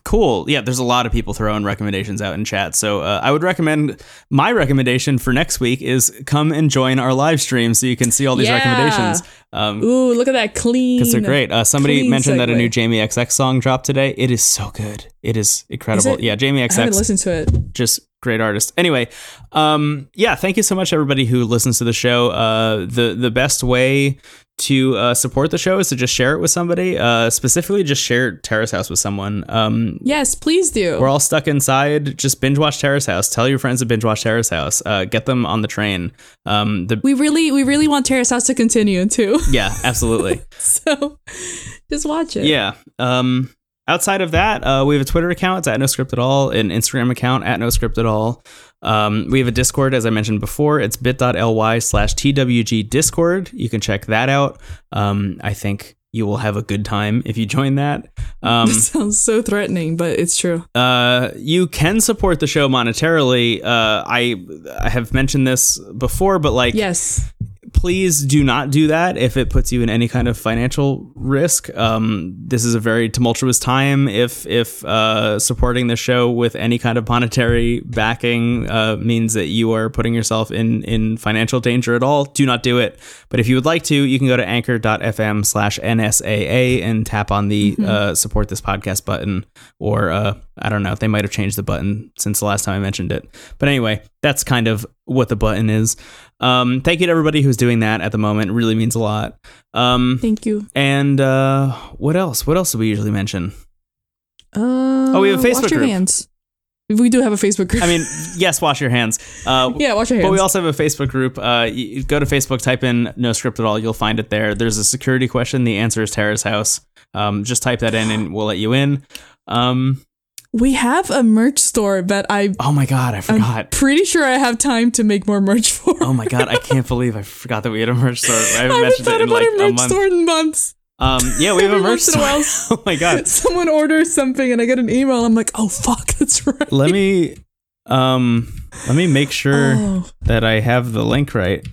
cool. Yeah, there's a lot of people throwing recommendations out in chat. So uh, I would recommend my recommendation for next week is come and join our live stream so you can see all these
Yeah.
recommendations. Um,
Ooh, look at that clean.
because they're great. Uh, somebody
Clean
mentioned that a
segue.
new Jamie XX song dropped today. It is so good. It is incredible.
Is it?
Yeah, Jamie
I haven't
XX
listened to it.
just great artist. Anyway, um, yeah, thank you so much everybody who listens to the show. Uh, the the best way to uh, support the show is to just share it with somebody. Uh, specifically, just share Terrace House with someone. Um,
Yes, please do.
we're all stuck inside. Just binge watch Terrace House. Tell your friends to binge watch Terrace House. Uh, get them on the train. Um, the
we really, we really want Terrace House to continue too.
yeah, absolutely.
so, just watch it.
Yeah. Um, outside of that, uh, we have a Twitter account. It's at no script at all. An Instagram account at no script at all. Um, we have a Discord, as I mentioned before. It's bit.ly slash TWG Discord. You can check that out. Um, I think you will have a good time if you join that. Um,
this sounds so threatening, but it's true.
uh, you can support the show monetarily. Uh, I I have mentioned this before, but like
Yes.
please do not do that if it puts you in any kind of financial risk. Um, this is a very tumultuous time. If if uh, supporting the show with any kind of monetary backing uh, means that you are putting yourself in in financial danger at all, do not do it. But if you would like to, you can go to anchor.fm slash NSAA and tap on the uh, support this podcast button. Or uh, I don't know, they might have changed the button since the last time I mentioned it. But anyway, that's kind of what the button is. Um, thank you to everybody who's doing that at the moment. It really means a lot. Um,
Thank you.
and uh, what else? What else do we usually mention?
Uh,
Oh, we have a Facebook
Wash your
group.
hands. We do have a Facebook group.
I mean, yes, wash your hands. Uh,
yeah, wash your hands.
But we also have a Facebook group. Uh, you you go to Facebook, type in no script at all. You'll find it there. There's a security question. The answer is Tara's house. Um, just type that in and we'll let you in. Um,
we have a merch store that I
oh my
Um,
God, I forgot.
pretty sure I have time to make more merch for.
oh my God, I can't believe I forgot that we had a merch store. I haven't,
I haven't
mentioned
thought
it in
about
like
a
a,
merch
month.
store in months.
Um, yeah, we have a
Every
merch
once in
store.
a
oh my God.
Someone orders something and I get an email. I'm like, oh fuck, that's right.
Let me. Um, let me make sure
Oh.
that I have the link right.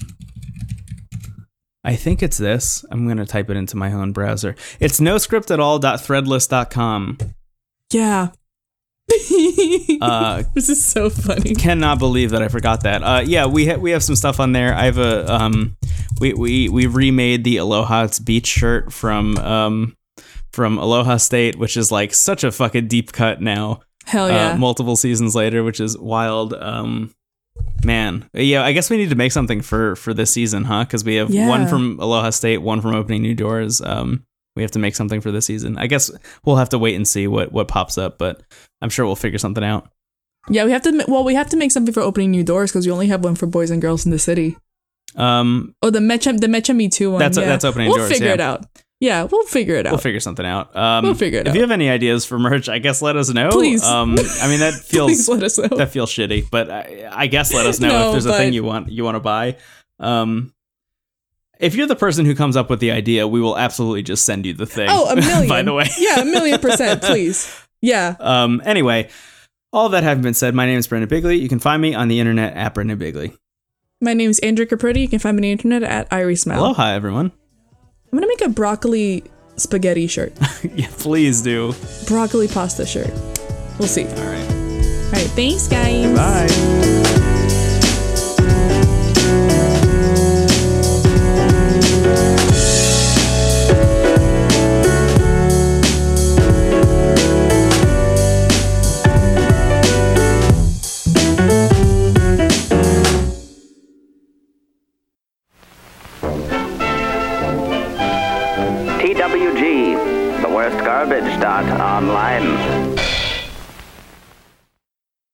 I think it's this. I'm going to type it into my own browser. It's noscriptatall.threadless.com.
Yeah.
Uh,
this is so funny.
cannot believe that I forgot that. Uh, yeah, we ha- we have some stuff on there. I have a um, we we we remade the Aloha's beach shirt from um from Aloha State, which is like such a fucking deep cut now.
Hell Oh, yeah.
uh, multiple seasons later, which is wild. Um, man, yeah, I guess we need to make something for for this season, huh? Because we have
Yeah.
one from Aloha State, one from Opening New Doors. Um, we have to make something for this season. I guess we'll have to wait and see what what pops up, but I'm sure we'll figure something out.
yeah, we have to. ma- Well, we have to make something for opening new doors because we only have one for boys and girls in the city.
Um,
Oh, the Mecha, the Mecha Me Too one.
That's-
yeah.
that's opening
We'll
doors,
figure
yeah.
it out. Yeah, we'll figure it out.
we'll figure something out. Um,
We'll figure it
if
out.
you have any ideas for merch, I guess let us know.
Please.
Um, I mean that
Please
feels
let us know.
that feels shitty, but I, I guess let us know
No,
if there's a thing
but-
you want you want to buy. Um, if you're the person who comes up with the idea, we will absolutely just send you the thing.
Oh, a million.
by the way,
yeah, a million percent, please. Yeah.
Um, anyway, all that having been said, my name is Brendan Bigley. You can find me on the internet at Brendan Bigley.
My name's Andrew Capriti. You can find me on the internet at Irie Smile.
Aloha, everyone.
I'm gonna make a broccoli spaghetti shirt,
yeah, please do.
broccoli pasta shirt. We'll see.
All right.
All right, thanks, guys.
Bye.
TWG, the worst garbage dot online.